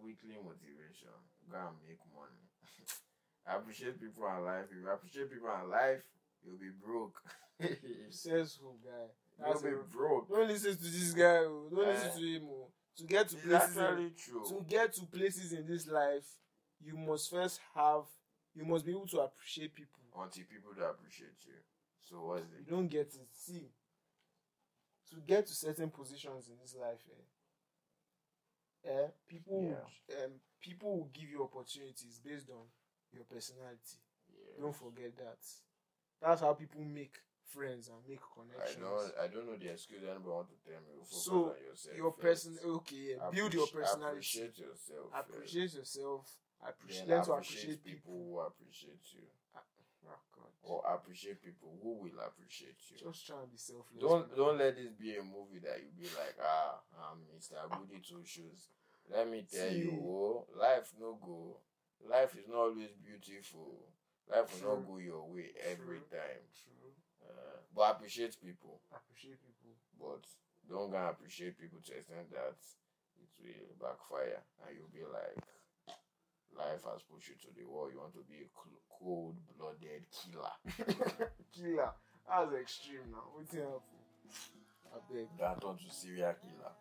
[SPEAKER 2] weekly motivation. Go and make money. [laughs] appreciate people and life. If you appreciate people and life, you'll be broke. [laughs] you'll
[SPEAKER 1] Successful guy. That's
[SPEAKER 2] be
[SPEAKER 1] a
[SPEAKER 2] broke.
[SPEAKER 1] Don't listen to this guy. oh. Don't
[SPEAKER 2] Eh. oh.
[SPEAKER 1] listen to him. oh. To get to
[SPEAKER 2] It's
[SPEAKER 1] places, in,
[SPEAKER 2] actually true.
[SPEAKER 1] to get to places in this life, you must first have. You must be able to appreciate people.
[SPEAKER 2] Until people that appreciate you. So what's the
[SPEAKER 1] You don't get it. See, to get to certain positions in this life, eh, eh, people, would- um, people will give you opportunities based on your personality.
[SPEAKER 2] yeah.
[SPEAKER 1] Don't forget that. That's how people make friends and make
[SPEAKER 2] I
[SPEAKER 1] connections.
[SPEAKER 2] don't I don't know the excuse anybody want to tell me. Focus
[SPEAKER 1] So,
[SPEAKER 2] on yourself
[SPEAKER 1] your
[SPEAKER 2] first.
[SPEAKER 1] person okay yeah. build your
[SPEAKER 2] Appreci-
[SPEAKER 1] personality
[SPEAKER 2] Appreciate yourself. first.
[SPEAKER 1] appreciate yourself appreciate
[SPEAKER 2] Then
[SPEAKER 1] learn to appreciate
[SPEAKER 2] people
[SPEAKER 1] people
[SPEAKER 2] who appreciate you.
[SPEAKER 1] oh, God.
[SPEAKER 2] Or appreciate people who will appreciate you.
[SPEAKER 1] just try and be selfless
[SPEAKER 2] Don't don't let this be a movie that you be like, ah, I'm Mr. Goody Two Shoes. Let me tell you,
[SPEAKER 1] See.
[SPEAKER 2] oh, life no go. Life is not always beautiful. Life will not
[SPEAKER 1] True.
[SPEAKER 2] go your way every
[SPEAKER 1] True.
[SPEAKER 2] time.
[SPEAKER 1] true
[SPEAKER 2] Uh, but appreciate people.
[SPEAKER 1] appreciate people
[SPEAKER 2] But don't go and appreciate people to the extent that it will backfire and you'll be like, life has pushed you to the wall. You want to be a cl- cold blooded killer.
[SPEAKER 1] [laughs] killer that's extreme now wetin happen abeg
[SPEAKER 2] that turn to serial killer.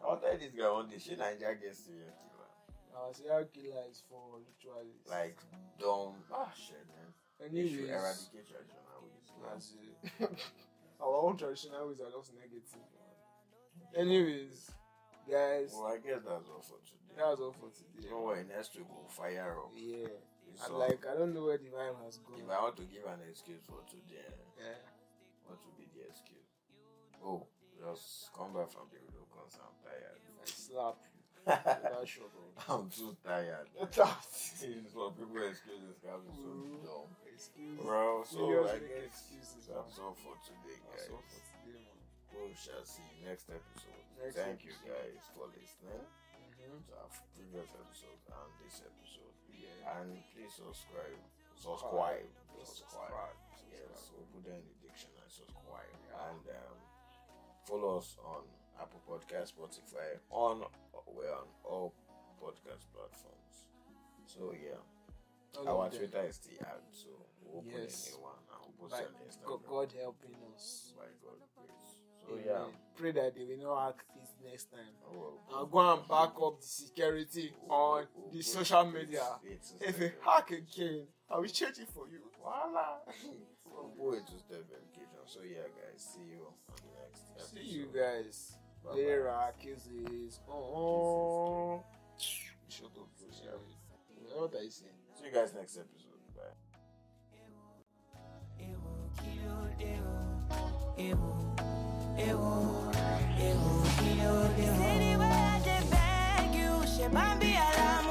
[SPEAKER 2] I will tell this guy one day, she Niger get serial killer.
[SPEAKER 1] our serial killer is for ritualists
[SPEAKER 2] Like, dumb, ah, shit, man. You should
[SPEAKER 1] anyways
[SPEAKER 2] eradicate traditional ways.
[SPEAKER 1] as a [laughs] our own traditional ways are just negative anyways guys
[SPEAKER 2] Well, I guess that's all for today.
[SPEAKER 1] that was all for today
[SPEAKER 2] Don't worry, next week we'll fire up.
[SPEAKER 1] yeah
[SPEAKER 2] It's
[SPEAKER 1] I'm
[SPEAKER 2] all-
[SPEAKER 1] like, I don't know where the vibe has gone.
[SPEAKER 2] if I want to give an excuse for today,
[SPEAKER 1] Yeah.
[SPEAKER 2] what would be the excuse? Oh, just come back from the real concert. I'm tired.
[SPEAKER 1] I slap that shot off.
[SPEAKER 2] [laughs] I'm too tired.
[SPEAKER 1] Get out.
[SPEAKER 2] [laughs] It's for people excuses can be so
[SPEAKER 1] Mm.
[SPEAKER 2] dumb.
[SPEAKER 1] Excuse
[SPEAKER 2] Bro, so
[SPEAKER 1] Serious
[SPEAKER 2] I
[SPEAKER 1] make
[SPEAKER 2] guess
[SPEAKER 1] excuses, man.
[SPEAKER 2] that's all for today,
[SPEAKER 1] That's all
[SPEAKER 2] guys.
[SPEAKER 1] for today, man.
[SPEAKER 2] We shall see you next episode.
[SPEAKER 1] Next
[SPEAKER 2] Thank you
[SPEAKER 1] episode.
[SPEAKER 2] guys for listening
[SPEAKER 1] Mhm.
[SPEAKER 2] to our previous episode and this episode.
[SPEAKER 1] Mm-hmm. Yeah.
[SPEAKER 2] And please subscribe.
[SPEAKER 1] Subscribe.
[SPEAKER 2] Subscribe. Subscribe. Yes,
[SPEAKER 1] Subscribe.
[SPEAKER 2] we'll put that in the dictionary. Subscribe.
[SPEAKER 1] Yeah.
[SPEAKER 2] And um, follow us on Apple Podcast, Spotify, on we're on all podcast platforms. So yeah.
[SPEAKER 1] All
[SPEAKER 2] Our
[SPEAKER 1] of them.
[SPEAKER 2] Twitter is still out, so we'll open
[SPEAKER 1] Yes.
[SPEAKER 2] a new one and we'll post
[SPEAKER 1] Like,
[SPEAKER 2] it on Instagram.
[SPEAKER 1] God, God helping us.
[SPEAKER 2] By God, please. So
[SPEAKER 1] Amen.
[SPEAKER 2] Oh, yeah,
[SPEAKER 1] Pray that they will not hack this next time.
[SPEAKER 2] I will-
[SPEAKER 1] And go and back up the security
[SPEAKER 2] we'll-
[SPEAKER 1] on
[SPEAKER 2] we'll
[SPEAKER 1] the
[SPEAKER 2] put
[SPEAKER 1] social
[SPEAKER 2] it-
[SPEAKER 1] media.
[SPEAKER 2] it's a
[SPEAKER 1] If they
[SPEAKER 2] step-
[SPEAKER 1] hack again, I will change it for you.
[SPEAKER 2] [laughs]
[SPEAKER 1] Voila.
[SPEAKER 2] We'll put it to step verification. So yeah, guys, see you on the next episode.
[SPEAKER 1] See you guys
[SPEAKER 2] Bye-bye.
[SPEAKER 1] later. Kisses. Oh. Shut up.
[SPEAKER 2] Yeah.
[SPEAKER 1] What are you saying?
[SPEAKER 2] See you guys next episode. Bye.
[SPEAKER 3] Anywhere I dey beg you, she might be around.